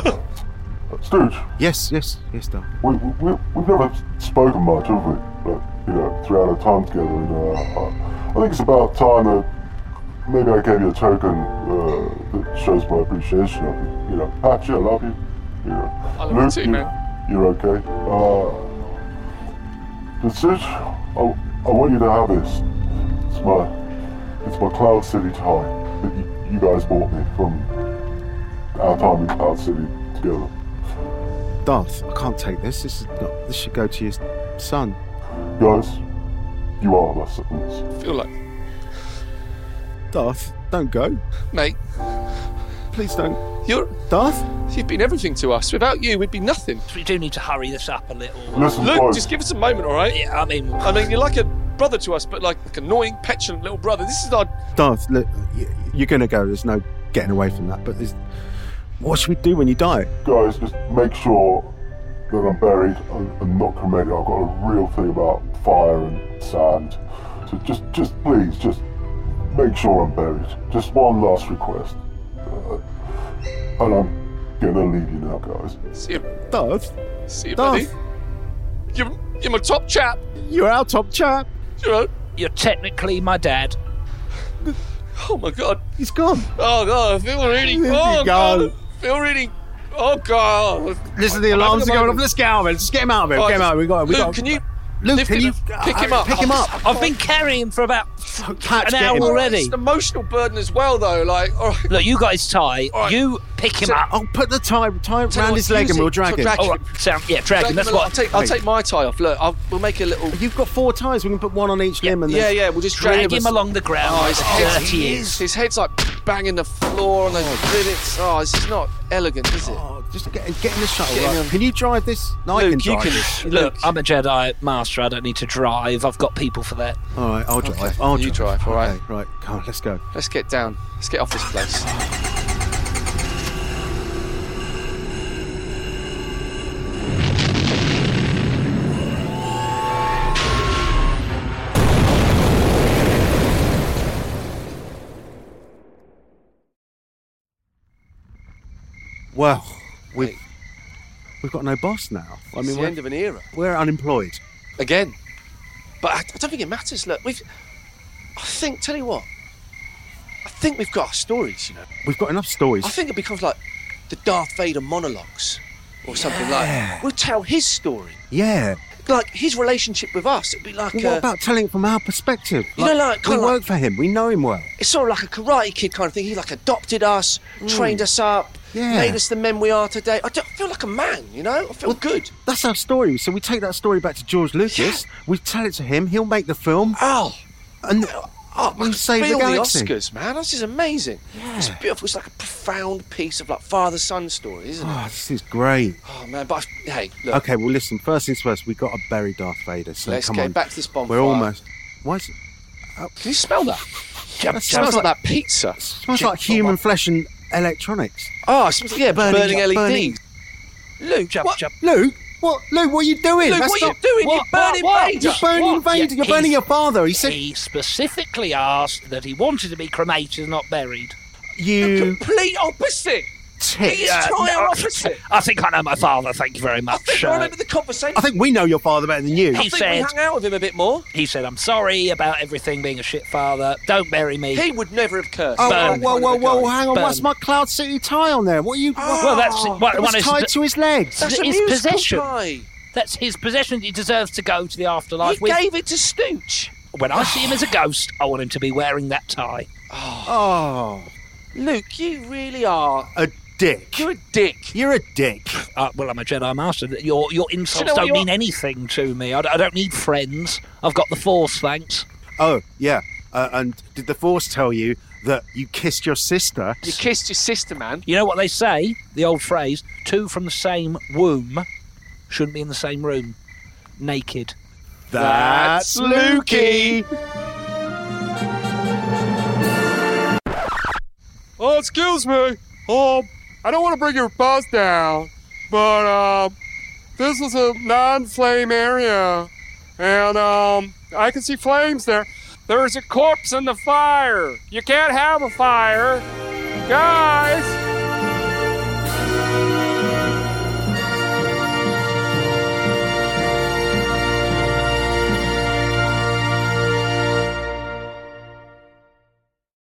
Speaker 9: Stooge.
Speaker 8: Yes, yes, yes, Dom.
Speaker 9: We, we, we've never spoken much, have we? Like, you know, throughout our time together. And, uh, I- I think it's about time that maybe I gave you a token uh, that shows my appreciation of you. You know, Patch, I love you. You know,
Speaker 7: I love you
Speaker 9: Luke,
Speaker 7: too,
Speaker 9: you,
Speaker 7: man.
Speaker 9: you're okay. Uh, this is, I, I want you to have this. It's my, it's my Cloud City tie that you, you guys bought me from our time in Cloud City together.
Speaker 8: Darth, I can't take this. This is not. This should go to your son.
Speaker 9: Guys, you are my sons.
Speaker 7: feel like,
Speaker 8: Darth, don't go.
Speaker 7: mate.
Speaker 8: Please don't.
Speaker 7: You're
Speaker 8: Darth.
Speaker 7: You've been everything to us. Without you, we'd be nothing.
Speaker 11: We do need to hurry this up a little.
Speaker 7: Luke, just give us a moment, all right?
Speaker 11: Yeah, I mean,
Speaker 7: I mean, you're like a brother to us, but like, like annoying, petulant little brother. This is our.
Speaker 8: Darth, look, y- you're gonna go. There's no getting away from that. But there's, what should we do when you die?
Speaker 9: Guys, just make sure that I'm buried and, and not cremated. I've got a real thing about fire and sand. So just, just please, just make sure I'm buried. Just one last request. Uh, and I'm gonna leave you now, guys.
Speaker 7: See you,
Speaker 8: Darth.
Speaker 7: see you, buddy.
Speaker 9: Darth.
Speaker 7: You're, you're my top chap.
Speaker 8: You're our top chap.
Speaker 7: You're,
Speaker 11: you're technically my dad.
Speaker 7: Oh my god.
Speaker 8: He's gone.
Speaker 7: Oh god, I feel really.
Speaker 8: He's
Speaker 7: Oh god.
Speaker 8: gone.
Speaker 7: I feel really. Oh god.
Speaker 8: Listen, the
Speaker 7: I'm
Speaker 8: alarms
Speaker 7: having
Speaker 8: are
Speaker 7: a
Speaker 8: going off.
Speaker 7: moment.
Speaker 8: Let's get out of it. Let's get him out of it.
Speaker 7: Right,
Speaker 8: Get him out. We got. We
Speaker 7: Luke,
Speaker 8: got.
Speaker 7: can you
Speaker 8: Luke,
Speaker 7: lift
Speaker 8: can
Speaker 7: him
Speaker 8: you Ah,
Speaker 7: up? Pick him up.
Speaker 8: Pick him up.
Speaker 11: I've been carrying him for about an
Speaker 8: get
Speaker 11: hour
Speaker 8: him.
Speaker 11: already.
Speaker 7: It's an emotional burden as well, though. Like, all right.
Speaker 11: Look, you got his tie. You pick him up.
Speaker 8: I'll Oh, put the tie, tie
Speaker 7: Tell you
Speaker 8: around
Speaker 7: what,
Speaker 8: his leg
Speaker 7: use
Speaker 8: and
Speaker 7: it
Speaker 8: we'll
Speaker 7: to
Speaker 8: drag him. Oh,
Speaker 7: drag him.
Speaker 8: All right.
Speaker 11: Sound, yeah,
Speaker 7: Drag
Speaker 11: dragon.
Speaker 7: him
Speaker 11: That's
Speaker 7: along.
Speaker 11: what.
Speaker 7: I'll take, I'll take my tie off. Look, I'll, we'll make a little.
Speaker 8: You've got four ties. We can put one on each limb and then-
Speaker 7: yeah, yeah, we'll just drag,
Speaker 8: Drag him along
Speaker 11: the ground.
Speaker 7: Oh, his,
Speaker 8: Oh,
Speaker 7: head,
Speaker 8: he is.
Speaker 7: his head's like banging the floor on those rivets. Oh, this is not elegant, is it?
Speaker 8: just get, get in the shuttle.
Speaker 7: Get him
Speaker 8: right?
Speaker 7: on-
Speaker 8: Can you drive this? No, Oh, I can
Speaker 11: Luke, you
Speaker 8: drive
Speaker 11: can.
Speaker 8: this.
Speaker 11: Look, I'm a Jedi master. I don't need to drive. I've got people for that.
Speaker 8: All right, I'll drive. I'll
Speaker 7: you drive, all right.
Speaker 8: right, come on, let's go.
Speaker 7: Let's get down. Let's get off this place.
Speaker 8: Well, we've we've got no boss now. I
Speaker 7: It's
Speaker 8: mean,
Speaker 7: the
Speaker 8: we're,
Speaker 7: end of an era.
Speaker 8: we're unemployed.
Speaker 7: Again. But I, I don't think it matters. Look, we've. I think, tell you what, I think we've got our stories, you know.
Speaker 8: We've got enough stories.
Speaker 7: I think it becomes like the Darth Vader monologues or something like
Speaker 8: Yeah.
Speaker 7: We'll tell his story.
Speaker 8: yeah.
Speaker 7: Like his relationship with us. It'd be like
Speaker 8: Well,
Speaker 7: a,
Speaker 8: what about telling it from our perspective?
Speaker 7: You know, like,
Speaker 8: we
Speaker 7: kinda like-
Speaker 8: work for him. We know him well.
Speaker 7: it's sort of like a karate kid kind of thing. He like adopted us, trained us up,
Speaker 8: Mm. Yeah.
Speaker 7: made us the men we are today. I, don't, I feel like a man, you know? I feel good.
Speaker 8: That's our story. So we take that story back to George Lucas. We tell it to him. He'll make the film.
Speaker 7: Oh,
Speaker 8: and
Speaker 7: Oh, I
Speaker 8: we
Speaker 7: can
Speaker 8: save the
Speaker 7: feel the
Speaker 8: galaxy.
Speaker 7: Oscars, man. This is amazing. It's beautiful. It's like a profound piece of like father-son story, isn't
Speaker 8: Oh,
Speaker 7: it?
Speaker 8: this is great.
Speaker 7: Oh man, but I- hey, look.
Speaker 8: Okay, well, listen. First things first. We got to bury Darth Vader. So
Speaker 7: Let's
Speaker 8: come
Speaker 7: get
Speaker 8: on.
Speaker 7: back to this bonfire.
Speaker 8: We're almost. Why is it?
Speaker 7: Can you smell that?
Speaker 8: That
Speaker 7: It smells like, that pizza.
Speaker 8: Smells like human flesh and electronics.
Speaker 7: Oh, it smells like yeah, burning, E
Speaker 8: Burning-
Speaker 7: LEDs.
Speaker 8: burning-
Speaker 7: Luke, what?
Speaker 8: Luke, what? Luke, what are you doing?
Speaker 7: Luke,
Speaker 8: That's
Speaker 7: what are you
Speaker 8: not-
Speaker 7: doing?
Speaker 11: What?
Speaker 7: You're burning
Speaker 11: What? What?
Speaker 7: Vader.
Speaker 8: You're burning
Speaker 11: What?
Speaker 8: Vader.
Speaker 11: Yeah,
Speaker 8: You're burning
Speaker 11: he's-
Speaker 8: your father. He said
Speaker 11: He specifically asked that he wanted to be cremated and not buried.
Speaker 8: you
Speaker 7: Complete opposite.
Speaker 8: opposite.
Speaker 7: He's trying opposite.
Speaker 11: I think I know my father. Thank you very much.
Speaker 7: I
Speaker 11: Uh,
Speaker 7: remember the conversation.
Speaker 8: I think we know your father better than you.
Speaker 7: I
Speaker 11: He
Speaker 7: think we
Speaker 11: said-
Speaker 7: hung out with him a bit more.
Speaker 11: he said, "I'm sorry about everything being a shit father. Don't bury me."
Speaker 7: He would never have cursed.
Speaker 11: Oh,
Speaker 7: Burn.
Speaker 11: whoa,
Speaker 7: One of the
Speaker 11: whoa, whoa,
Speaker 7: guys.
Speaker 11: hang
Speaker 14: Hang on,
Speaker 11: Burn.
Speaker 14: what's my Cloud City tie on there? What are you? What,
Speaker 11: Well, that's what-
Speaker 14: it was
Speaker 11: one is-
Speaker 14: tied to his legs.
Speaker 11: That's his possession. That's his possession. He deserves to go to the afterlife.
Speaker 7: He
Speaker 11: with.
Speaker 7: gave it to Stooch.
Speaker 11: When I see him as a ghost, I want him to be wearing that tie.
Speaker 14: Oh,
Speaker 7: Luke, you really are.
Speaker 14: a dick.
Speaker 7: You're a dick.
Speaker 14: You're a dick.
Speaker 11: Uh, well, I'm a Jedi Master. Your your insults
Speaker 7: know what
Speaker 11: don't
Speaker 7: you
Speaker 11: mean
Speaker 7: are?
Speaker 11: anything to me. I, d- I don't need friends. I've got the Force, thanks.
Speaker 14: Oh, yeah. Uh, and did the Force tell you that you kissed your sister?
Speaker 7: You kissed your sister, man.
Speaker 11: You know what they say? The old phrase: two from the same womb shouldn't be in the same room, naked.
Speaker 14: That's Lukey.
Speaker 2: Oh, excuse me. Um, I don't want to bring your bus down, but um, this is a non-flame area, and um, I can see flames there. There's a corpse in the fire. You can't have a fire, guys.